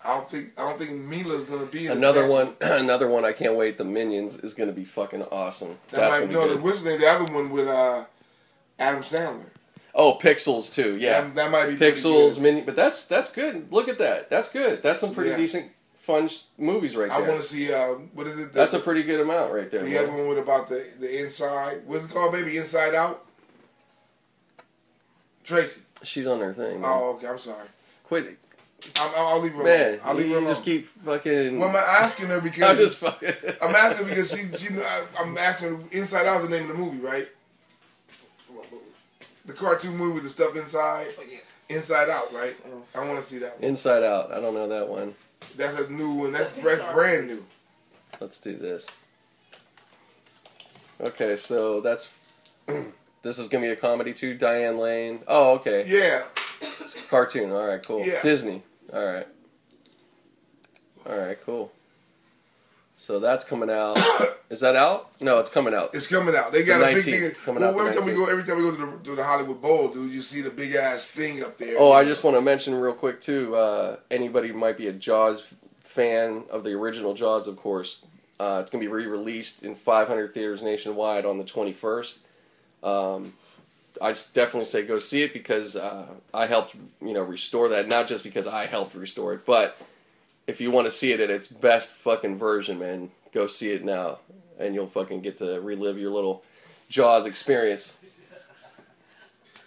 A: I don't think I don't think Mila's gonna be in this
B: Another
A: next
B: one, another one. I can't wait. The Minions is gonna be fucking awesome.
A: That
B: That's
A: might,
B: gonna be
A: no, the
B: good.
A: what's his name? The other one with uh, Adam Sandler.
B: Oh, Pixels too. Yeah,
A: That, that might be pretty
B: Pixels,
A: good.
B: mini, but that's that's good. Look at that. That's good. That's some pretty
A: Yeah.
B: decent, fun sh- movies right
A: I
B: there.
A: want to see uh, what is it? The,
B: that's a pretty good amount right there.
A: the
B: man.
A: other one with about the the inside. What's it called, baby? Inside Out. Tracy.
B: She's on her thing. man.
A: Oh, okay. I'm sorry.
B: Quit,
A: I'm, I'll, I'll leave her alone.
B: man.
A: I'll leave
B: you
A: her alone.
B: just keep fucking.
A: well, I'm asking her because
B: I'm just fucking.
A: I'm asking because she, she I, I'm asking her- Inside Out is the name of the movie, right? The cartoon movie with the stuff inside,
C: But yeah.
A: Inside Out, right? I want to see that. One.
B: Inside Out. I don't know that one.
A: That's a new one. That's, that's brand new.
B: Let's do this. Okay, so that's. this is gonna be a comedy too. Diane Lane. Oh, okay.
A: Yeah,
B: It's a cartoon. All right, cool.
A: Yeah.
B: Disney. All right. All right, cool. So that's coming out. Is that out? No, it's coming out.
A: it's coming out. They got a big
B: 19th,
A: thing.
B: coming
A: well,
B: out the
A: every time we
B: 19th.
A: go, every time we go to the, to the Hollywood Bowl, dude, you see the big ass thing up there.
B: Oh, I just want to mention real quick too. Uh, anybody who might be a Jaws fan of the original Jaws, of course. Uh, it's gonna be re-released in 500 theaters nationwide on the 21st. Um, I s- definitely say go see it because uh, I helped you know restore that. Not just because I helped restore it, but if you want to see it at its best fucking version, man, go see it now, and you'll fucking get to relive your little Jaws experience.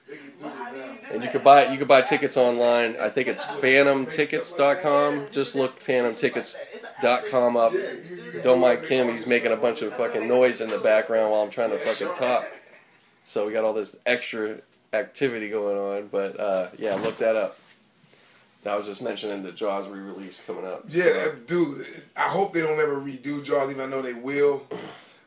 A: They can do it
C: Well, how do you
A: now.
C: do
B: And you
C: that?
B: could buy you could buy tickets online. I think it's phantomtickets.com. Just look phantomtickets.com up.
A: Yeah, you- you can
B: Don't
A: do it.
B: mind Kim. He's making a bunch of fucking noise in the background while I'm trying to fucking talk. So we got all this extra activity going on. But uh, yeah, look that up. I was just mentioning the Jaws re-release coming up.
A: Yeah,
B: So-
A: that- dude. I hope they don't ever redo Jaws, even I know they will.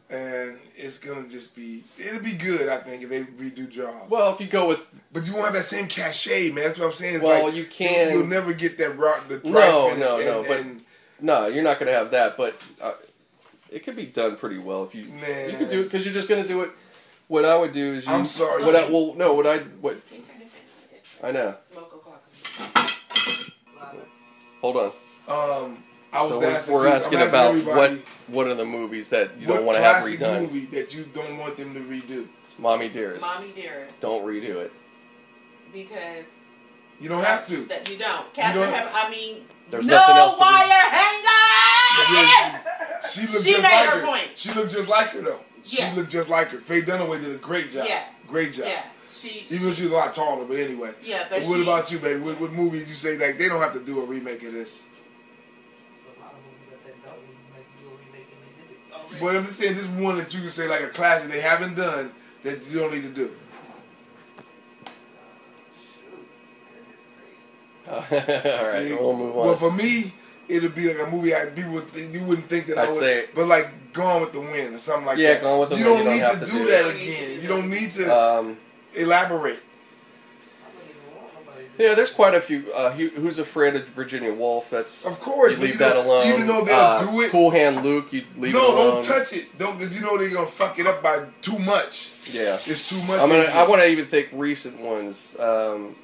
A: And it's gonna just be, it'll be good, I think, if they redo Jaws.
B: Well, if you go with
A: but you won't have that same cachet, man. That's what I'm saying. It's
B: Well,
A: like,
B: you can-
A: You'll, never get that rock, the dry
B: No,
A: finish
B: no,
A: and,
B: no, but-
A: and
B: no, you're not gonna have that. But uh, it could be done pretty well if you
A: Man.
B: you could do it because you're just gonna do it. What I would do is you,
A: I'm sorry.
B: What I well no what I what
D: Can you turn it down?
B: I know.
C: Smoke o'clock.
B: Hold on.
A: um, I was
B: So we're,
A: asking,
B: we're
A: I'm
B: asking about what
A: everybody,
B: what are the movies that you
A: what
B: don't want to have
A: classic
B: redone.
A: movie that you don't want them to redo.
B: Mommy Dearest.
D: Mommy Dearest.
B: Don't redo it.
D: Because
A: You don't have to.
D: That you don't. Catherine
A: don't-
D: Hepburn, I mean,
B: There's
D: no
B: nothing else to
D: wire
B: read.
D: hangers!
A: She looked
D: She
A: just
D: made
A: like
D: her
A: her.
D: point.
A: She looked just like her though. She
D: Yeah.
A: looked just like her. Faye Dunaway did a great job.
D: Yeah.
A: Great job.
D: Yeah, she.
A: Even though she was a lot taller, but anyway.
D: Yeah, but
A: what
D: she-
A: about you, baby? What, what movie did you say like they don't have to do a remake of this? But I'm just saying, this one that you can say like a classic they haven't done that you don't need to do.
B: All right,
A: See?
B: we'll move
A: Well,
B: on.
A: for me, it'd be like a movie I people would think, you wouldn't think that i
B: I'd
A: would,
B: say-
A: but like Gone with the Wind or something like
B: Yeah,
A: that.
B: Gone with the
A: you
B: Wind,
A: Don't
B: you
A: need
B: don't
A: to
B: have to
A: do
B: do
A: that
D: it.
A: again. You don't need to
B: um,
A: elaborate.
B: yeah, there's quite a few. Uh, Who- Who's Afraid of Virginia Woolf? That's
A: Of course,
B: you
A: but
B: leave
A: you
B: that
A: don't-
B: alone.
A: even though they'll
B: Uh,
A: do it-
B: Cool Hand Luke, you leave
A: no,
B: it alone.
A: don't touch it. Don't because you know they're gonna fuck it up by too much.
B: Yeah,
A: It's too much.
B: I'm gonna. I want to even think recent ones. Um,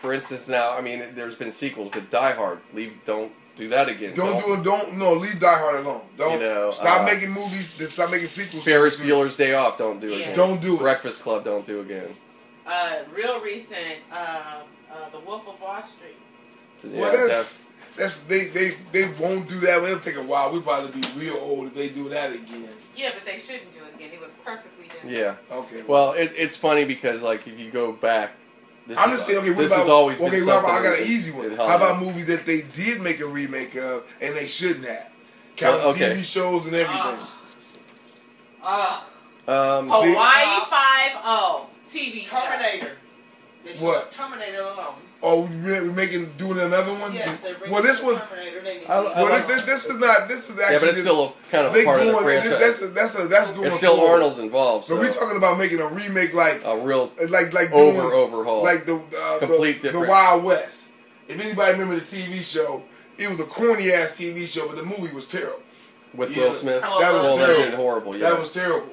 B: for instance, now I mean, there's been sequels, but Die Hard, leave, don't do that again.
A: Don't do it. Don't no. Leave Die Hard alone. Don't
B: You know,
A: stop
B: uh,
A: making movies. then Stop making sequels. to
B: Ferris
A: it.
B: Bueller's Day Off, don't do it
D: Yeah.
B: again.
A: Don't do it.
B: Breakfast Club, don't do again.
D: Uh, real recent, uh, uh, The Wolf of Wall Street.
B: Yeah,
A: Well, that's that's they they they won't do that. It'll take a while. We probably be real old if they do that again.
D: Yeah, but they shouldn't do it again. It was perfectly
B: def-
D: done.
B: yeah.
A: Okay.
B: Well, it, it's funny because like if you go back, this
A: I'm
B: is,
A: just saying. Okay. What
B: this
A: about
B: has always
A: okay?
B: been
A: what about-
B: something
A: I got an
B: that-
A: easy
B: that
A: one.
B: hung
A: How about
B: up.
A: movies that they did make a remake of and they shouldn't have? Count
B: Well, Uh, okay.
A: TV shows and everything.
D: Oh. Oh.
B: Um,
A: See-
D: Hawaii Five O TV show.
C: Terminator.
D: They should-
A: What?
D: Terminator alone.
A: Oh, we making doing another one?
D: Yes, they're bringing
A: well, this
D: the
A: one.
D: Terminator. They need
B: I-
D: to-
B: I
A: Well,
B: like-
A: this, this is not. This is actually.
B: yeah, but it's
A: just-
B: still kind of
A: they
B: a part of the
A: going-
B: franchise.
A: That's a, that's a, that's going.
B: it's still
A: forward.
B: Arnold's involved,
A: So
B: so
A: we're talking about making a remake like
B: a real
A: like like
B: over
A: doing,
B: overhaul.
A: like the uh,
B: Oh, Complete
A: the, the
B: different.
A: Wild West. If anybody remember the TV show, it was a corny ass TV show, but the movie was terrible.
B: with
A: yeah.
B: Will Smith.
D: That
A: That was
B: well, that did
A: terrible.
B: horrible. Yeah.
A: That was terrible.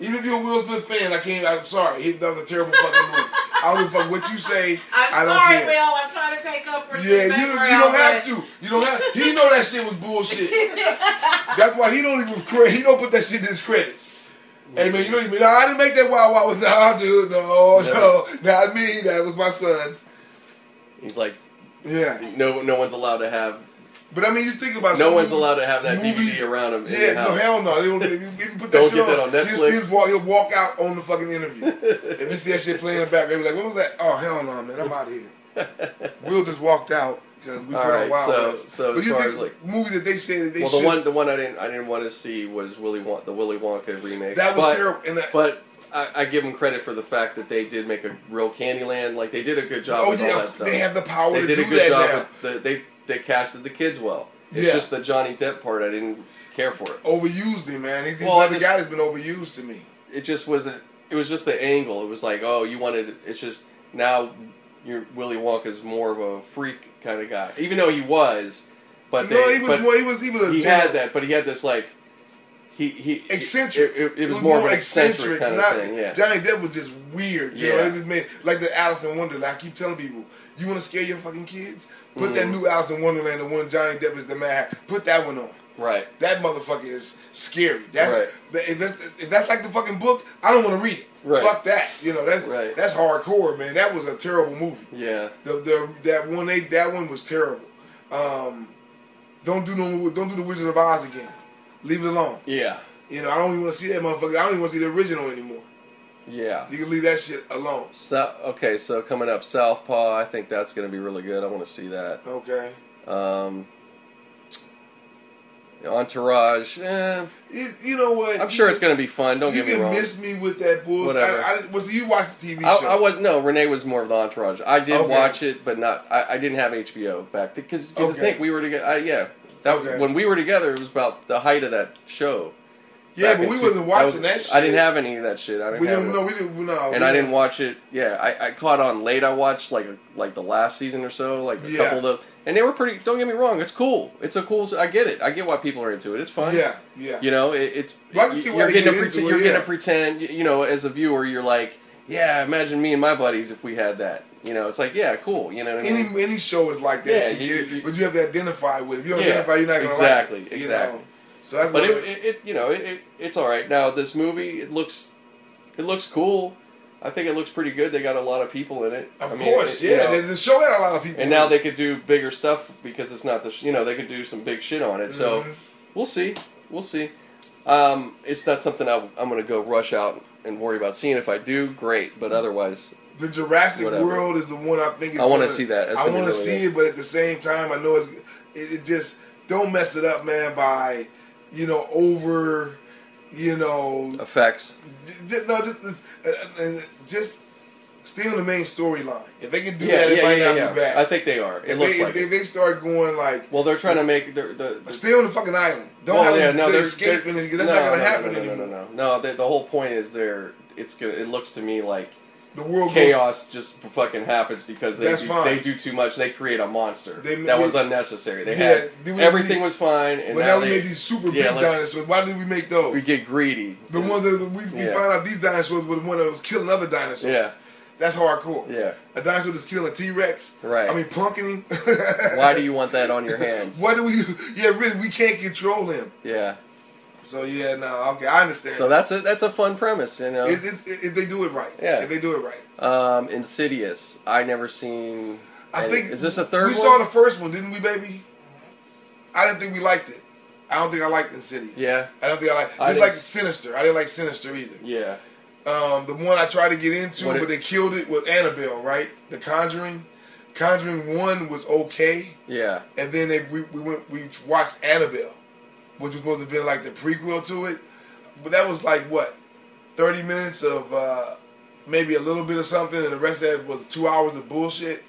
A: Even if you're a Will Smith fan, I can't. I'm sorry. It- That was a terrible fucking movie. I don't give a fuck what you say.
D: I'm
A: I do not
D: sorry,
A: care.
D: Will. I'm trying to take up for
A: Yeah,
D: your
A: you don't, you
D: background,
A: don't have
D: but-
A: to. You don't have. He know that shit was bullshit. That's why he don't even credit. He don't put that shit in his credits. Hey man, you know you mean? Nah, I didn't make that wow wow. Nah, dude, no, no, not me. That was my son.
B: He's like,
A: Yeah,
B: no, no one's allowed to have,
A: but I mean, you think about
B: Mm. no
A: some
B: one's allowed to have that
A: movies-
B: DVD around him. in
A: Yeah,
B: the
A: no,
B: house.
A: hell no. They don't, if you- if you put that
B: Don't
A: shit
B: get that
A: on,
B: on
A: He'll, just- he'll
B: Netflix.
A: just walk, he'll walk out on the fucking interview. if you see that shit playing in the back, they'll be like, what was that? Oh, hell no, man. I'm out of here. We'll just walked out because we put
B: All
A: on
B: right,
A: Wild
B: so-
A: West.
B: so
A: but
B: as
A: you
B: far
A: think
B: as, like-
A: movie that they said that they
B: well,
A: should.
B: the one, the one I didn't, I didn't want to see was Willy Won- the Willy Wonka remake.
A: that was
B: But-
A: terrible. And that,
B: But I, I give them credit for the fact that they did make a real Candyland. Like they did a good job
A: oh,
B: with all
A: yeah,
B: that stuff.
A: they have the power
B: They
A: to
B: did
A: do
B: a good
A: that
B: job.
A: now.
B: With the, they they casted the kids well. It's
A: Yeah.
B: just the Johnny Depp part I didn't care for it.
A: Overused him, man. He's
B: Well, I
A: another
B: just-
A: guy that's been overused to me.
B: It just wasn't. It was just the angle. It was like, oh, you wanted. It's just now your Willy Wonka's more of a freak kind of guy, even though he was. But
A: no,
B: they,
A: he was
B: but
A: more, he was even a
B: he
A: general-
B: had that, but he had this like. He, he
A: Eccentric.
B: It, it, it was more of an eccentric, kind
A: not-
B: of thing. Yeah.
A: Johnny Depp was just weird. You know,
B: Yeah.
A: it just made like the Alice in Wonderland. I keep telling people, you want to scare your fucking kids? Put that
B: Mhm.
A: new Alice in Wonderland, the one Johnny Depp is the man. Put that one on.
B: Right.
A: That motherfucker is scary. That's
B: Right.
A: that- if that's if that's like the fucking book, I don't want to read it.
B: Right.
A: Fuck that. You know that's
B: Right.
A: that's hardcore, man. That was a terrible movie.
B: Yeah.
A: The, the that one they that one was terrible. Um, don't do no don't do the Wizard of Oz again. Leave it alone.
B: Yeah.
A: You know, I don't even want to see that motherfucker. I don't even want to see the original anymore.
B: Yeah.
A: You can leave that shit alone.
B: So okay, so coming up, Southpaw. I think that's going to be really good. I want to see that.
A: Okay.
B: Um, Entourage. Eh,
A: It, you know what?
B: I'm sure
A: You
B: it's going to be fun. Don't
A: can-
B: get me
A: You can
B: wrong.
A: miss me with that bullshit.
B: Whatever.
A: I, I, well, see, you watched the TV
B: I,
A: show.
B: I was no. Renee was more of the Entourage. I did
A: Okay.
B: watch it, but not. I, I didn't have HBO back because you
A: Okay.
B: think we were together. I, yeah. That,
A: Okay.
B: When we were together, it was about the height of that show.
A: yeah,
B: Back
A: but
B: in
A: we
B: two-
A: wasn't watching that,
B: was-
A: shit.
B: I didn't have any of that shit. I didn't
A: We
B: have
A: didn't.
B: it.
A: No, we didn't. No,
B: and I didn't watch it. Yeah, I, I caught on late. I watched like like the last season or so, like a
A: Yeah.
B: couple of those, and they were pretty. Don't get me wrong, it's cool. It's a cool. I get it. I get why people are into it. It's fun.
A: Yeah, yeah.
B: You know, it, it's
A: Well, I can see why
B: you're
A: they
B: getting
A: get
B: to
A: into
B: pretend.
A: it,
B: You're
A: yeah.
B: getting to pretend. You know, as a viewer, you're like, yeah, imagine me and my buddies if we had that. You know, it's like, yeah, cool. You know what I mean?
A: Any any show is like that,
B: Yeah,
A: to
B: you-
A: get it,
B: you-
A: but you have to identify with it. If you don't
B: Yeah,
A: identify, you're not gonna
B: exactly,
A: like it. you
B: exactly.
A: know? So that's
B: but
A: what
B: it, it, it, you know, it, it, it's all right. Now this movie, it looks, it looks cool. I think it looks pretty good. They got a lot of people in it.
A: of
B: I mean,
A: course,
B: it- you
A: yeah.
B: know,
A: the- the show had a lot of people.
B: and
A: in
B: now
A: it.
B: they could do bigger stuff because it's not the sh- you know they could do some big shit on it. So
A: Mhm.
B: we'll see, we'll see. Um, it's not something I, I'm going to go rush out and worry about seeing. If I do, great. But otherwise,
A: The Jurassic
B: Whatever.
A: World is the one I think. Is
B: I wanna
A: gonna-
B: see that. That's
A: I
B: gonna be
A: want to
B: really
A: see
B: good.
A: it, but at the same time, I know it's, it, it just don't mess it up, man. By you know over, you know,
B: effects.
A: just, no, just, just, uh, uh, just stay on the main storyline. If they can do
B: Yeah,
A: that, it
B: yeah,
A: might
B: yeah,
A: not
B: yeah.
A: be bad.
B: I think they are. It
A: if,
B: looks
A: they,
B: like
A: if, they,
B: it.
A: if they start going like.
B: Well, they're trying to make they're, the. the
A: Stay on the fucking island. Don't
B: well,
A: have
B: yeah,
A: them
B: no,
A: they're
B: they're
A: escaping. That's
B: they're-
A: not
B: no,
A: gonna
B: no,
A: happen
B: no, no,
A: anymore.
B: No, no, no, no. The, the whole point is they're. It's gonna. It looks to me like
A: The world goes.
B: chaos just fucking happens because they
A: That's
B: do,
A: fine.
B: they do too much. They create a monster
A: They-
B: that was
A: yeah.
B: unnecessary. They
A: Yeah,
B: had
A: they- we-
B: everything
A: we-
B: was fine, and
A: But
B: now,
A: now we
B: they,
A: made these super
B: yeah,
A: big
B: let's-
A: dinosaurs. Why did we make those?
B: we get greedy.
A: The
B: yeah.
A: ones that we, we
B: Yeah.
A: find out these dinosaurs were the one that was killing other dinosaurs.
B: Yeah.
A: That's hardcore.
B: Yeah.
A: A dinosaur that's killing a T Rex.
B: Right.
A: I mean, punking him.
B: Why do you want that on your hands?
A: What do we do? Yeah, really, we can't control him.
B: Yeah.
A: So, yeah, no, okay, I understand.
B: So that's a that's a fun premise, you know.
A: If, if, if they do it right.
B: Yeah.
A: If they do it right.
B: Um, Insidious. I never seen.
A: I
B: any-
A: think.
B: is this a third
A: We
B: one?
A: saw the first one, didn't we, baby? I didn't think we liked it. I don't think I liked Insidious.
B: Yeah.
A: I don't think I liked
B: I
A: Just
B: didn't-
A: like Sinister. I didn't like Sinister either.
B: yeah.
A: Um, the one I tried to get into,
B: What it-
A: but they killed it was Annabelle, right? The Conjuring. Conjuring one was okay,
B: Yeah.
A: and then they we, we went we watched Annabelle, which was supposed to be like the prequel to it, but that was like what thirty minutes of uh, maybe a little bit of something, and the rest of that was two hours of bullshit.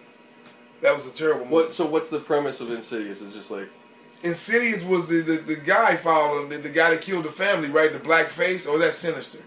A: That was a terrible.
B: What?
A: Movie.
B: So what's the premise of Insidious? Is just like.
A: Insidious was the, the, the guy following the, the guy that killed the family, right? The black face, or that Sinister.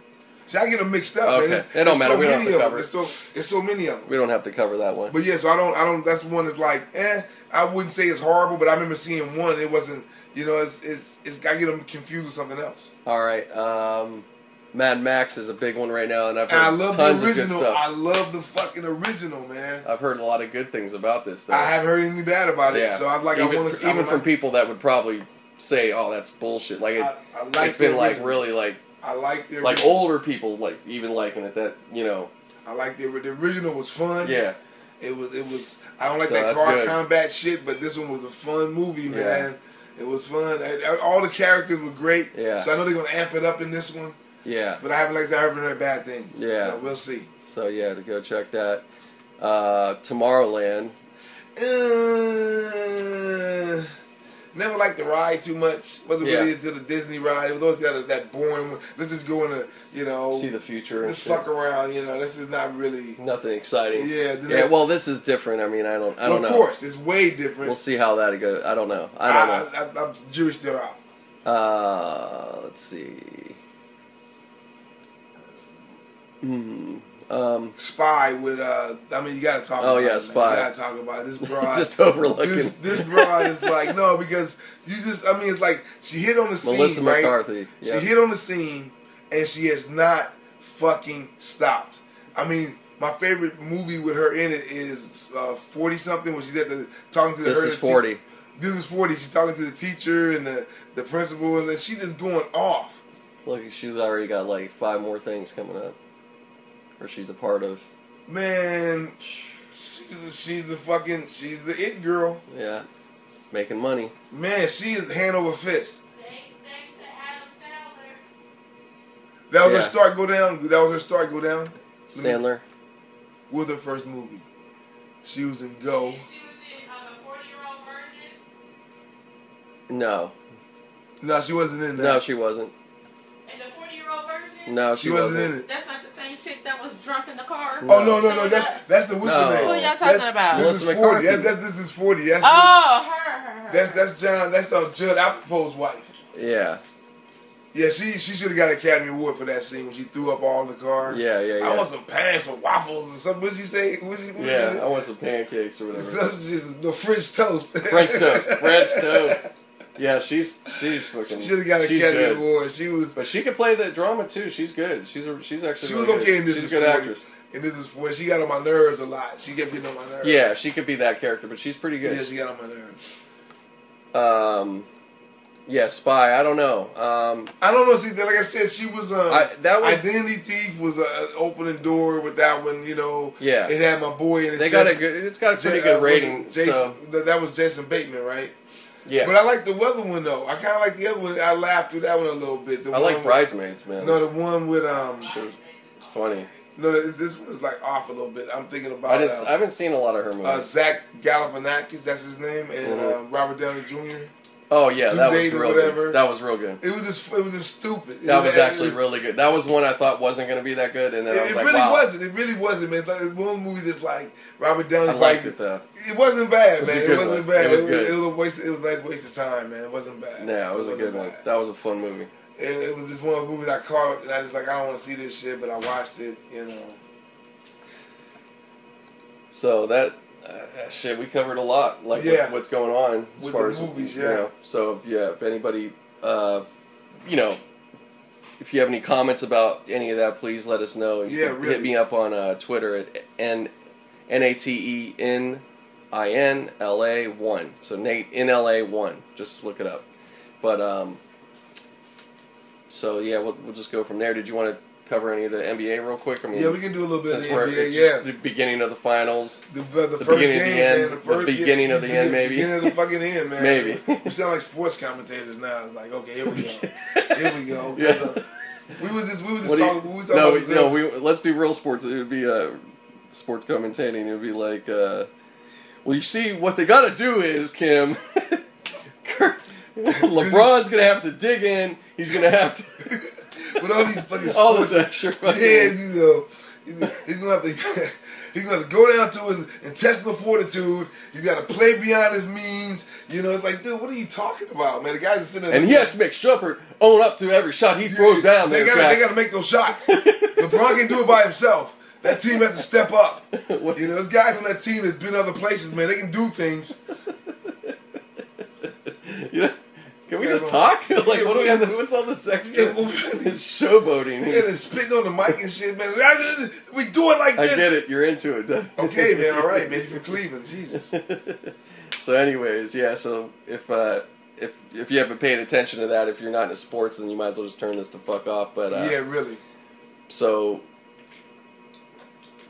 A: See, I get them mixed up.
B: Okay.
A: Man. It's,
B: It don't
A: it's
B: matter.
A: So
B: We don't have
A: many
B: to
A: of
B: cover it.
A: them. It's so it's so many of them.
B: We don't have to cover that one.
A: But yeah, so I don't, I don't. That's one that's like, eh. I wouldn't say it's horrible, but I remember seeing one. and It wasn't, you know, it's, it's, it's. I get them confused with something else.
B: All right. Um, Mad Max is a big one right now, and I've
A: And
B: heard
A: I love
B: tons
A: the
B: of good
A: original.
B: stuff.
A: I love the fucking original, man.
B: I've heard a lot of good things about this. Though.
A: I haven't heard anything bad about it, so I like.
B: even,
A: I want to
B: even from
A: like,
B: people that would probably say, "Oh, that's bullshit." Like it,
A: I- I like
B: it's been
A: the
B: like
A: original.
B: really like
A: I like the
B: Like
A: ori-
B: older people, like even liking it. That you know,
A: I like the, the original was fun.
B: yeah.
A: It was it was I don't like
B: So
A: that
B: that's
A: car
B: good.
A: combat shit, but this one was a fun movie,
B: Yeah.
A: man. It was fun. And All the characters were great.
B: Yeah.
A: So I know they're gonna amp it up in this one.
B: Yeah.
A: But I haven't like I haven't heard bad things.
B: Yeah.
A: So we'll see.
B: So yeah, to go check that. Uh, Tomorrowland.
A: Uh, never liked the ride too much. Wasn't
B: Yeah.
A: really into the Disney ride. It was always got that boring. one. Let's just go in a you know
B: See the future. And
A: let's
B: shit.
A: fuck around. You know this is not really.
B: Nothing exciting.
A: Yeah, the-
B: Yeah. Well, this is different. I mean, I don't. I
A: Well,
B: don't
A: of
B: know.
A: course, it's way different.
B: We'll see how that goes. I don't know. I don't know.
A: I, am Jewish still out.
B: Uh, let's see. Hmm. Um,
A: Spy with uh, I mean you gotta talk.
B: Oh,
A: about
B: yeah,
A: it, man.
B: Spy.
A: You gotta talk about it. this broad.
B: just overlooking
A: this, this broad is like no because you just I mean it's like she hit on the scene
B: Melissa
A: right.
B: McCarthy. Yeah.
A: She hit on the scene and she has not fucking stopped. I mean, my favorite movie with her in it is uh, 40 something when she's at the talking to the
B: this
A: her
B: is
A: and the
B: forty.
A: tea- this is 40. She's talking to the teacher and the, the principal and she just going off.
B: Look, she's already got like five more things coming up, or she's a part of.
A: Man, she's, she's the fucking she's the it girl.
B: Yeah, making money.
A: Man, she is hand over fist.
D: Thanks thanks to Adam Sandler.
A: That was her
B: Yeah.
A: start go down. That was her start go down
B: Sandler.
A: with her first movie. She was in Go.
D: She was in uh, the 40 year old version.
B: No,
A: No, she wasn't in that.
B: no, she wasn't.
D: And the 40 year old version?
B: No,
A: she, wasn't, in it.
D: That's not the same chick that was drunk in the car.
A: Oh no no no! That's that's the what's
B: No.
A: name?
B: Who y'all
A: That's-
D: talking about?
A: This
B: Melissa
A: is forty. That's,
B: McCarthy.
A: that's, this is forty. That's
D: Oh, her, her, her.
A: that's that's John. That's uh, Judd Apatow's wife.
B: Yeah,
A: Yeah, she she should have got an Academy Award for that scene when she threw up all in the car.
B: yeah, yeah,
A: I
B: yeah.
A: want some pans or waffles or something. What she say? What she, what
B: yeah, I want some pancakes or
A: She
B: whatever.
A: say? Some- she's- no French toast.
B: French toast, French toast. Yeah, she's she's fucking.
A: She should have got an
B: she's good.
A: Academy Award. She was,
B: But she could play the drama too. She's good. She's a, she's actually
A: She
B: really
A: was okay
B: good.
A: in This
B: She's
A: Is
B: a good
A: 40.
B: actress.
A: and this is for she got on my nerves a lot. She kept getting on my nerves.
B: Yeah, she could be that character, but she's pretty
A: yeah,
B: good.
A: she got on my nerves.
B: um, yeah, spy. I don't know. Um,
A: I don't know. See, like I said, she was. Um,
B: I that was
A: Identity Thief was a, a opening door with that one. You know,
B: yeah.
A: it had my boy in it.
B: They got a
A: Jason-
B: good. It's got a
A: Ja-
B: pretty
A: uh,
B: good
A: was
B: rating.
A: it Jason,
B: so
A: that, that was Jason Bateman, right?
B: yeah,
A: But I like the other one though. I kind of like the other one. I laughed through that one a little bit. The
B: I, like
A: one-
B: bridesmaids, man.
A: um, No, the one with um.
B: She was- it's funny.
A: No, this this one's like off a little bit. I'm thinking about.
B: I didn't. I
A: um,
B: haven't seen a lot of her movies.
A: uh, Zach Galifianakis, that's his name, and
B: Mhm.
A: um, Robert Downey Jr.
B: oh yeah,
A: Due
B: that was
A: Date or
B: real
A: whatever.
B: good. That was real good.
A: It was just, it was just stupid. It
B: That was
A: it-
B: actually really good. That was one I thought wasn't going to be that good, and
A: It,
B: then I was
A: it
B: like,
A: really
B: wow.
A: wasn't. It really wasn't, man. It's Like one movie that's like Robert Downey.
B: I liked it though.
A: It wasn't bad,
B: It was
A: man.
B: a
A: It,
B: good
A: wasn't
B: one.
A: bad.
B: It was
A: It was,
B: good.
A: it was a waste. It was a nice waste of time, man. It wasn't bad.
B: No, it was a
A: wasn't
B: good one.
A: bad.
B: That was a fun movie.
A: It, it was just one of the movies I caught, and I just like I don't want to see this shit, but I watched it. You know,
B: So that uh, shit, we covered a lot. Like what-
A: Yeah.
B: what's going on as
A: With
B: far
A: the
B: as
A: movies,
B: you
A: yeah.
B: know. so yeah, if anybody, uh, you know, if you have any comments about any of that, please let us know. You
A: Yeah,
B: can
A: really.
B: Hit me up on uh, Twitter at n n a t e n i n l a one. So Nate in l a one. Just look it up. But um, so yeah, we'll we'll just go from there. Did you want to cover any of the NBA real quick? I mean,
A: yeah, we can do a little bit of
B: since
A: the
B: we're
A: NBA.
B: it's
A: Yeah,
B: just the beginning of the finals.
A: the, the, the
B: the
A: first game,
B: beginning of the end-
A: man. The,
B: the
A: first, yeah,
B: beginning of the end, maybe.
A: beginning of the fucking end, man.
B: Maybe.
A: we sound like sports commentators now. Like, okay, here we go, here we go. 'Cause, uh, we was just we was
B: What
A: just
B: do you-
A: talking. we was talking
B: no,
A: about this
B: no,
A: earlier.
B: we let's do real sports. It would be uh, sports commentating. It would be like, uh, well, you see, what they gotta do is Kim. Kurt- LeBron's gonna have to dig in. He's gonna have to
A: with all these fucking
B: all
A: sports
B: this extra. fucking-
A: Yeah, you know, he's- he's gonna have to. He's gonna have to go down to his intestinal fortitude. He's got to play beyond his means. You know, it's like, dude, what are you talking about, man? The guys are sitting there.
B: and he has to make Shepard own up to every shot he throws down
A: They
B: there.
A: gotta, they
B: Jack.
A: gotta make those shots. LeBron can do it by himself. That team has to step up.
B: What-
A: You know, there's guys on that team that's been other places, man. They can do things.
B: you know, can we
A: Yeah,
B: just
A: well,
B: talk? like, what
A: yeah,
B: do we
A: well,
B: have to- what's all this extra?
A: yeah, well,
B: it's showboating.
A: Yeah, they're spitting on the mic and shit, man. We do it like
B: I
A: this.
B: get it. You're into it.
A: Okay, man. All right, man. You from Cleveland? Jesus.
B: so, anyways, yeah. So if uh, if if you haven't paid attention to that, if you're not into sports, then you might as well just turn this the fuck off. But uh,
A: yeah, really.
B: so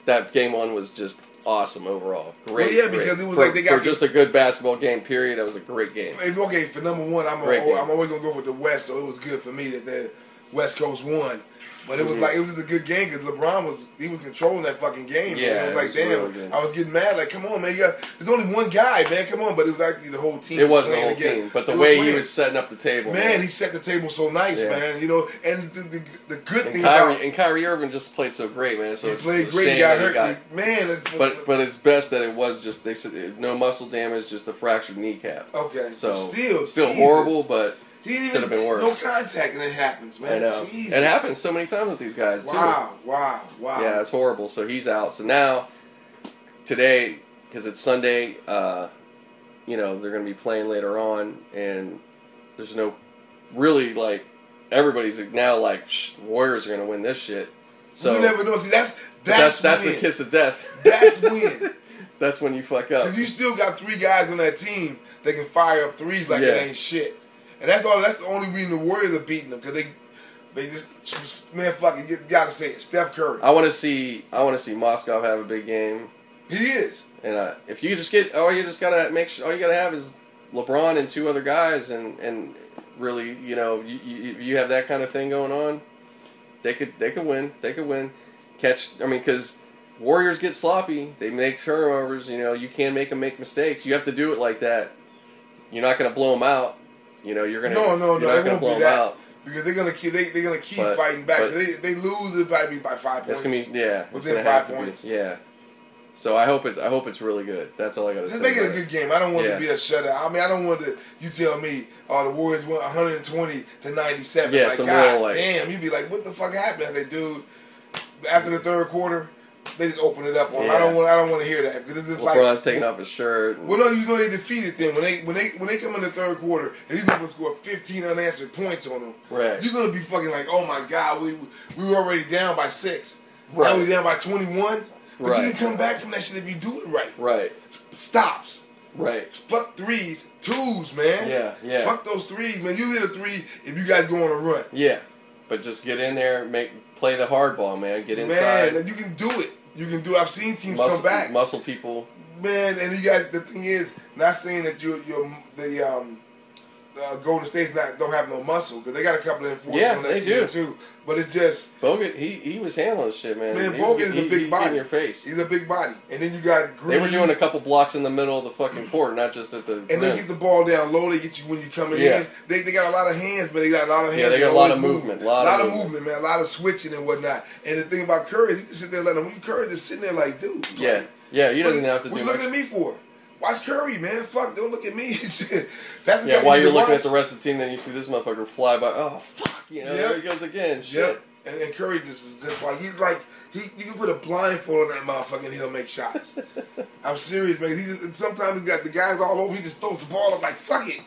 B: that game one was just awesome overall. Great.
A: Well, yeah,
B: great.
A: because it was
B: For-
A: like they got-
B: for just a good basketball game. Period. That was a great game.
A: If- Okay, for number one, I'm
B: Great game.
A: a, I'm always gonna go with the West, so it was good for me that the West Coast won. But it was like it was just a good game because LeBron was he was controlling that fucking game.
B: Yeah,
A: man.
B: it
A: I was like
B: was
A: damn,
B: really good.
A: I was getting mad. Like, come on, man, you got, there's only one guy, man. Come on, but it was actually the whole team.
B: It wasn't the
A: playing
B: whole
A: together.
B: team, but the
A: They were
B: way he
A: playing.
B: was setting up the table,
A: man, he set the table so nice,
B: Yeah.
A: man. You know, and the, the, the good
B: and
A: thing
B: Kyrie
A: about
B: and Kyrie Irving just played so great, man. So
A: he
B: it's
A: played
B: a
A: great,
B: shame
A: he got
B: that he
A: hurt,
B: got-
A: Like, man. it-
B: but but it's best that it was just they said no muscle damage, just a fractured kneecap.
A: okay,
B: So
A: still,
B: still
A: Oh, Jesus.
B: horrible, but
A: He didn't
B: Could've been worse.
A: No contact, and it happens, man.
B: I know
A: Jesus.
B: it happens so many times with these guys too.
A: Wow, wow, wow.
B: Yeah, it's horrible. So he's out. So now, today, because it's Sunday, uh, you know, they're going to be playing later on, and there's no really like everybody's now like Shh, Warriors are going to win this shit. So
A: you never know. See, that's
B: but that's
A: that's
B: that's
A: win.
B: the kiss of death.
A: That's win.
B: that's when you fuck up.
A: Because you still got three guys on that team that can fire up threes like
B: Yeah.
A: it ain't shit, and that's all. That's the only reason the Warriors are beating them because they, they just man, fucking you gotta say it. Steph Curry,
B: I want to see I want to see Moscow have a big game,
A: he is.
B: and uh, if you just get all you just gotta make sure all you gotta have is LeBron and two other guys, and and really you know you you, you have that kind of thing going on, they could they could win they could win, catch I mean because. Warriors get sloppy. They make turnovers. You know, you can make them make mistakes. You have to do it like that. You're not going to blow them out. You know, you're going to.
A: No, no,
B: you're
A: no,
B: Not going
A: it
B: to
A: won't
B: blow
A: be
B: 'em
A: that
B: out.
A: because they're gonna keep they, they're gonna keep
B: But-
A: fighting back.
B: but-
A: so they they lose it probably by five
B: It's
A: points.
B: gonna be yeah. it's
A: Within
B: gonna
A: five
B: have to be-
A: points.
B: yeah. So I hope it's I hope it's really good. That's all I gotta
A: Just
B: say.
A: make it a
B: about
A: good game. I don't want it
B: Yeah.
A: to be a shutout. I mean, I don't want to. You tell me, oh, the Warriors went 120 to 97.
B: Yeah,
A: like,
B: some
A: God
B: real, like-
A: damn, you'd be like, what the fuck happened? They do after the third quarter, they just open it up on. I
B: Yeah.
A: don't want. I don't want to hear that because it's just
B: LeBron's
A: like
B: taking off his shirt. and-
A: Well, no, you know they defeated them when they when they when they come in the third quarter and these people score 15 unanswered points on them.
B: Right.
A: You're gonna be fucking like, oh my god, we we were already down by six.
B: Right.
A: Now we down by 21. But you
B: Right.
A: can come back from that shit if you do it right.
B: right.
A: Stops.
B: Right.
A: Fuck threes, twos, man.
B: Yeah, yeah.
A: Fuck those threes, man. You hit a three if you guys go on a run,
B: Yeah. But just get in there, make play the hard ball, man. Get inside.
A: man. And you can do it. You can do. I've seen teams
B: muscle,
A: come back,
B: muscle people.
A: man. And you guys, the thing is, not saying that you, you're the um, uh, Golden State's not don't have no muscle because they got a couple of enforcers
B: Yeah,
A: on that
B: they
A: team
B: do.
A: too. But it's just
B: Bogut, he he was handling shit, man.
A: Man,
B: He
A: Bogut
B: was-
A: is a
B: he-
A: big
B: he was
A: body.
B: in your face.
A: he's a big body, and then you got
B: They
A: Green.
B: were doing a couple blocks in the middle of the fucking court, not just at the.
A: and they
B: rim.
A: get the ball down low. They get you when you come in.
B: Yeah.
A: They, they got a lot of hands, but they got a lot of hands.
B: Yeah, they got a
A: always
B: lot of
A: move.
B: movement,
A: A
B: lot of
A: lot, of
B: movement.
A: movement. man. A lot of switching and whatnot. And the thing about Curry, is he just sit there letting him. Curry just sitting there like, dude. like,
B: yeah, yeah. He
A: what-
B: doesn't have to do
A: What
B: much.
A: you looking at me for? Watch Curry, man. Fuck, don't look at me. Shit. That's the
B: Yeah,
A: guy
B: while
A: you
B: you're
A: need to
B: looking at
A: watch.
B: the rest of the team, then you see this motherfucker fly by. Oh fuck! You know,
A: Yep.
B: there he goes again. Shit.
A: Yep. And, and Curry just is just like he's like he you can put a blindfold on that motherfucker and he'll make shots. I'm serious, man. He just and sometimes he got the guys all over. He just throws the ball. I'm like, fuck it.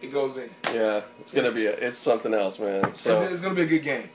A: It goes in.
B: Yeah, it's gonna be a, it's something else, man. So
A: It's, it's gonna be a good game.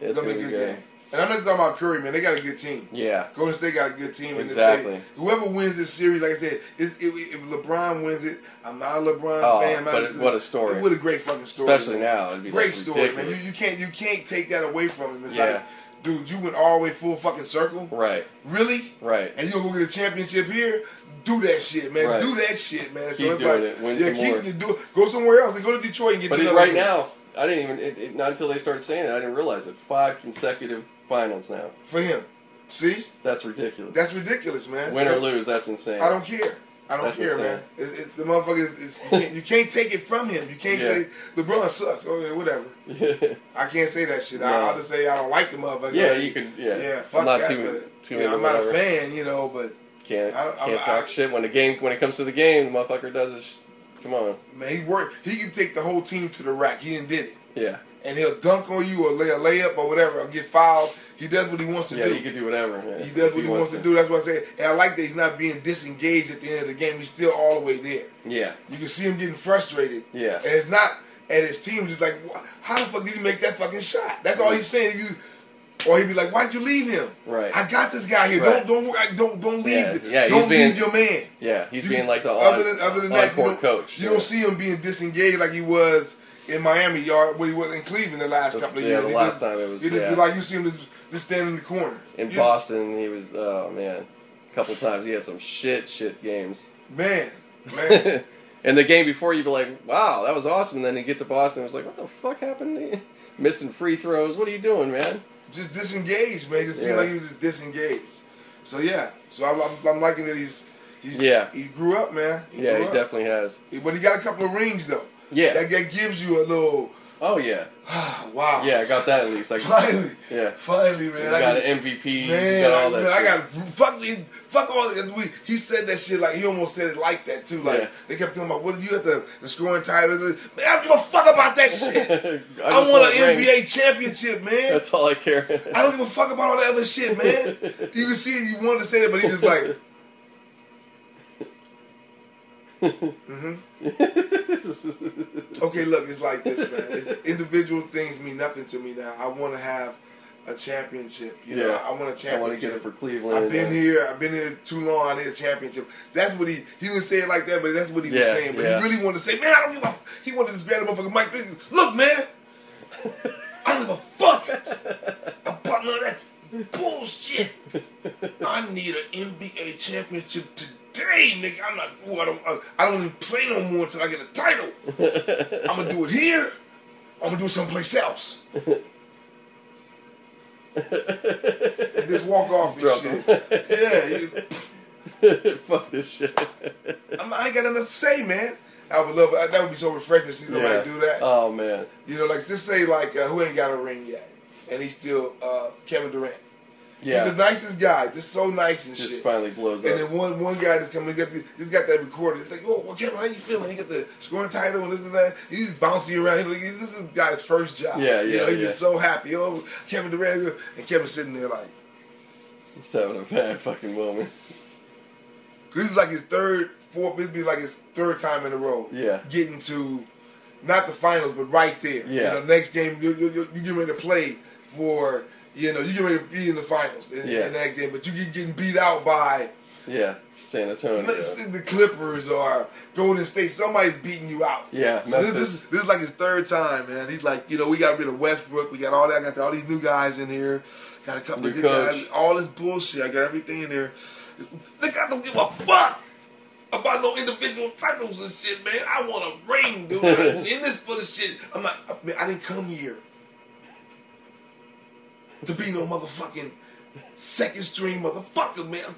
B: it's gonna be good.
A: game. And I'm not just talking about Curry, man. They got a good team.
B: Yeah,
A: Golden State got a good team. And if
B: Exactly.
A: they- whoever wins this series, like I said, it's, if, if LeBron wins it, I'm not a LeBron
B: Oh,
A: fan. I'm not
B: but it- what a story.
A: What a great fucking story.
B: especially
A: man.
B: now, it'd be
A: Great
B: like
A: story, man.
B: ridiculous.
A: You, you can't you can't take that away from him. It's
B: Yeah.
A: like, dude, you went all the way full fucking circle.
B: Right,
A: Really?
B: right.
A: And you gonna go get a championship here? Do that shit, man.
B: Right.
A: Do that shit, man. So
B: Keep doing
A: it's like,
B: it. Win
A: yeah,
B: some
A: keep
B: more.
A: you do, go somewhere else and go to Detroit and get.
B: But
A: you
B: it,
A: another
B: right
A: win.
B: now, I didn't even it, it, not until they started saying it, I didn't realize it. Five consecutive finals now.
A: for him, see,
B: That's ridiculous.
A: that's ridiculous, man.
B: Win or
A: So-
B: lose, that's insane.
A: I don't care. I don't
B: That's
A: care,
B: insane.
A: man. It's, it's, the motherfucker is, is you, can't, you can't take it from him. You can't
B: Yeah.
A: say LeBron sucks. Okay, whatever. I can't say that shit. I,
B: No.
A: I'll just say I don't like the motherfucker.
B: yeah, you could. Yeah,
A: Yeah, fuck
B: I'm not
A: that.
B: too
A: but,
B: too
A: yeah,
B: into
A: I'm not
B: whatever.
A: a fan, you know. But
B: Can't
A: I- I'm-
B: can't talk
A: I-
B: shit when the game when it comes to the game. The motherfucker does it. sh- Come on.
A: man, he worked. He can take the whole team to the rack. He didn't did it,
B: Yeah.
A: and he'll dunk on you or lay a layup or whatever or get fouled. He does what he wants to
B: Yeah,
A: do.
B: you could do whatever. man.
A: he does
B: If
A: what he wants to. do. That's what I say. And I like that he's not being disengaged at the end of the game. He's still all the way there.
B: Yeah,
A: You can see him getting frustrated.
B: Yeah.
A: And it's not, and his team's just like, "Wha- how the fuck did he make that fucking shot? That's all he's saying. You, or he'd be like, "Why'd you leave him?
B: Right.
A: I got this guy here.
B: Right.
A: Don't don't don't don't leave.
B: Yeah,
A: the-
B: yeah, he's
A: don't
B: being-
A: leave your man."
B: Yeah, he's
A: You-
B: being like the on,
A: other than other than that, you
B: on-court
A: don't,
B: coach.
A: you
B: yeah.
A: don't see him being disengaged like he was in Miami, yard when he was in Cleveland the last
B: The-
A: couple of
B: yeah,
A: years.
B: the
A: He
B: last
A: just-
B: time it was-
A: he just
B: yeah.
A: be like you see him just, just standing in the corner.
B: in
A: You-
B: Boston. He was oh man, a couple times he had some shit shit games.
A: man, man.
B: and the game before you'd be like, wow, that was awesome. And then you get to Boston, it was like, what the fuck happened? to you? Missing free throws. What are you doing, man?
A: just disengaged, man. It just
B: Yeah.
A: seemed like he was just disengaged. So yeah, so I'm, I'm, I'm liking that he's, he's
B: Yeah.
A: he grew up, man. He
B: Yeah,
A: grew
B: he
A: up.
B: definitely has.
A: But he got a couple of rings though.
B: Yeah.
A: that, that gives you a little
B: Oh yeah,
A: wow.
B: yeah. I got that at least. Like,
A: finally,
B: yeah,
A: finally,
B: you
A: man. I
B: got
A: just-
B: an MVP.
A: Man,
B: you got all that.
A: man, I
B: shit.
A: got fuck me, fuck all. We, he said that shit like he almost said it like that too. Like
B: Yeah.
A: they kept talking about what do you have the, the scoring title? Man, I don't give a fuck about that shit.
B: I,
A: I,
B: just
A: want an
B: rings.
A: NBA championship, man.
B: That's all I care.
A: I don't give a fuck about all that other shit, man. You can see you wanted to say it, but he just like, Mm-hmm. okay, look, it's like this, man. It's, individual things mean nothing to me now. I want to have a championship. You know,
B: Yeah.
A: I want a championship.
B: I want to get it for Cleveland.
A: I've been
B: and-
A: here. I've been here too long. I need a championship. That's what he he didn't say it like that, but that's what he was
B: Yeah,
A: saying. But
B: yeah.
A: he really wanted to say, man, I don't give a. He wanted to just grab the motherfucking mic. and, Look, man, I don't give a fuck about none of that bullshit. I need an NBA championship today, nigga. I'm not. Ooh, I don't. I, I don't even play no more until I get a title. I'm gonna do it here. I'm gonna do it someplace else.
B: uh,
A: And just walk off this
B: Drop
A: shit. Yeah, you,
B: Fuck this shit.
A: I'm, I ain't got nothing to say, man. I would love that. Would be so refreshing to see somebody do that.
B: Oh man.
A: you know, like just say like uh, who ain't got a ring yet, and he's still uh, Kevin Durant.
B: Yeah.
A: He's the nicest guy. Just so nice and
B: Just
A: shit.
B: finally blows
A: And
B: up.
A: then one one guy just coming, got the, he's got that recorded. It's like, oh, well, Kevin, how you feeling? He got the scoring title and this and that. He's bouncing around. He's like, this is guy's first job.
B: Yeah,
A: You
B: yeah,
A: know, he's
B: yeah.
A: just so happy. Oh, Kevin Durant, and Kevin sitting there like,
B: He's having a bad fucking moment.
A: This is like his third, fourth. It'd be like his third time in a row.
B: Yeah.
A: Getting to, not the finals, but right there.
B: Yeah.
A: You know, next game you you you you getting ready to play for you know you getting ready to be in the finals in,
B: Yeah.
A: in that game, but you get getting beat out by
B: Yeah. San Antonio.
A: let's say the Clippers or Golden State. Somebody's beating you out.
B: Yeah,
A: So this,
B: Memphis.
A: this, this is like his third time, man. He's like, you know, we got rid of Westbrook. We got all that. I got all these new guys in here. Got a couple
B: New
A: of good
B: coach.
A: guys. All this bullshit. I got everything in there. Look, I don't give a fuck about no individual titles and shit, man. I want a ring, dude. I'm in this for the shit. I'm like, I, mean, I didn't come here to be no motherfucking second string motherfucker, man. I'm-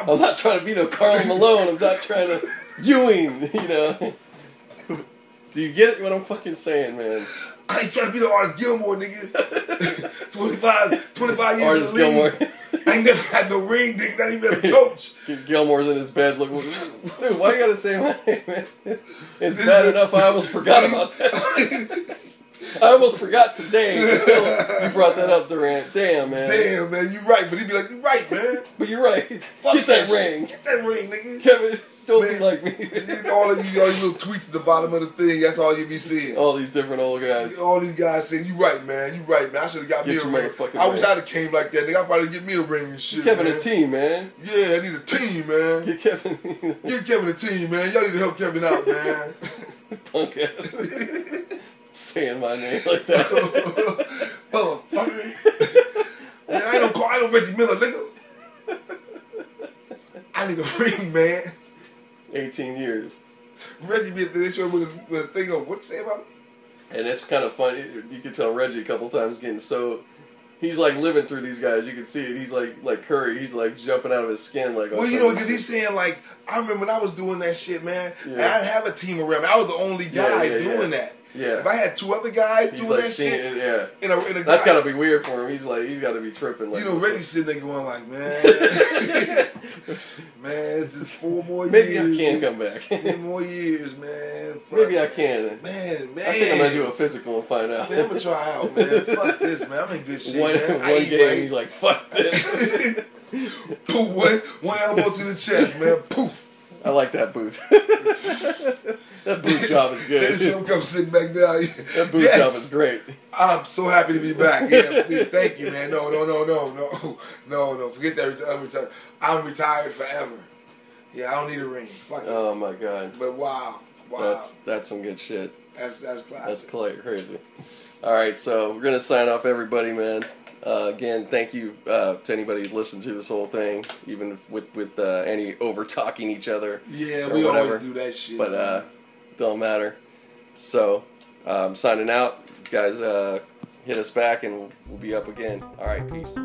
A: I'm-
B: I'm not trying to be no Carl Malone. I'm not trying to Ewing. You know. Do you get what I'm fucking saying, man?
A: I ain't trying to be the artist Gilmore, nigga. 25, 25 years
B: Artist
A: in the league.
B: Gilmore.
A: I ain't never had no ring, nigga, not even as a coach.
B: Gilmore's in his bed looking. Dude, why you gotta say my name, man? It's bad enough I almost forgot about that. I almost forgot today until you brought that up, Durant. Damn, man.
A: Damn, man, you right. But he'd be like, you right, man.
B: But you're right.
A: Fuck
B: Get that
A: shit.
B: ring.
A: Get that ring, nigga.
B: Kevin, don't
A: Man.
B: be like me.
A: You- all, of you, all you little tweets at the bottom of the thing, that's all you be seeing.
B: All these different old guys.
A: All these guys saying, you right, man, you right, man. I should have got
B: Get
A: me a
B: your
A: ring.
B: motherfucking
A: I wish
B: ring.
A: I'd have came like that, nigga. I'd probably get me a ring and shit.
B: Kevin
A: man.
B: a team, man.
A: Yeah, I need a team, man.
B: Get Kevin
A: Get Kevin a team, man. Y'all need to help Kevin out, man.
B: punk ass. Saying my name like that.
A: Motherfucker. man, I don't call I don't Reggie Miller, nigga. I need a ring, man.
B: 18 years.
A: Reggie be at the show with his with his thing on. What you say about me?
B: And it's kind of funny. You can tell Reggie a couple times getting so. He's like living through these guys. You can see it. He's like like Curry. He's like jumping out of his skin. Like oh,
A: Well, you know,
B: something-
A: because he's saying like, I remember when I was doing that shit, man. and
B: Yeah.
A: I'd have a team around me. I was the only
B: Yeah,
A: guy
B: yeah,
A: doing
B: yeah.
A: that.
B: Yeah.
A: If I had two other guys
B: he's
A: doing
B: like
A: that
B: seeing it.
A: shit,
B: Yeah,
A: in a in a
B: that's
A: guy,
B: gotta be weird for him. He's like he's gotta be tripping. Like
A: you know, Reggie's sitting there going like, man, man, it's just four more
B: maybe
A: years.
B: I can come back.
A: Ten more years, man. Fuck.
B: maybe I can.
A: Man, man.
B: I think I'm gonna do a physical and find out.
A: Man, I'm gonna try out, man. Fuck this, man. I'm in good shape,
B: one
A: man. I
B: one
A: eat
B: game,
A: right.
B: he's like fuck this.
A: Poof, one, one elbow to the chest, man. Poof.
B: I like that booth. That boot job is good.
A: This show come sitting back down.
B: That boot
A: Yes.
B: job is great.
A: I'm so happy to be back. Yeah, please, thank you, man. No, no, no, no, no, no, no. Forget that. reti- I'm retired. I'm retired forever. Yeah, I don't need a ring. Fuck it.
B: Oh my god,
A: But wow, wow,
B: that's
A: that's
B: that's some good shit.
A: that's, classic.
B: That's cla- crazy. All right, so we're gonna sign off, everybody, man. Uh, again, thank you uh, to anybody who listened to this whole thing, even with with uh, any over talking each other.
A: Yeah,
B: or
A: we
B: whatever.
A: always do that shit.
B: But uh, don't matter. So um, I'm signing out, You guys. Uh, hit us back, and we'll, we'll be up again. All right, peace.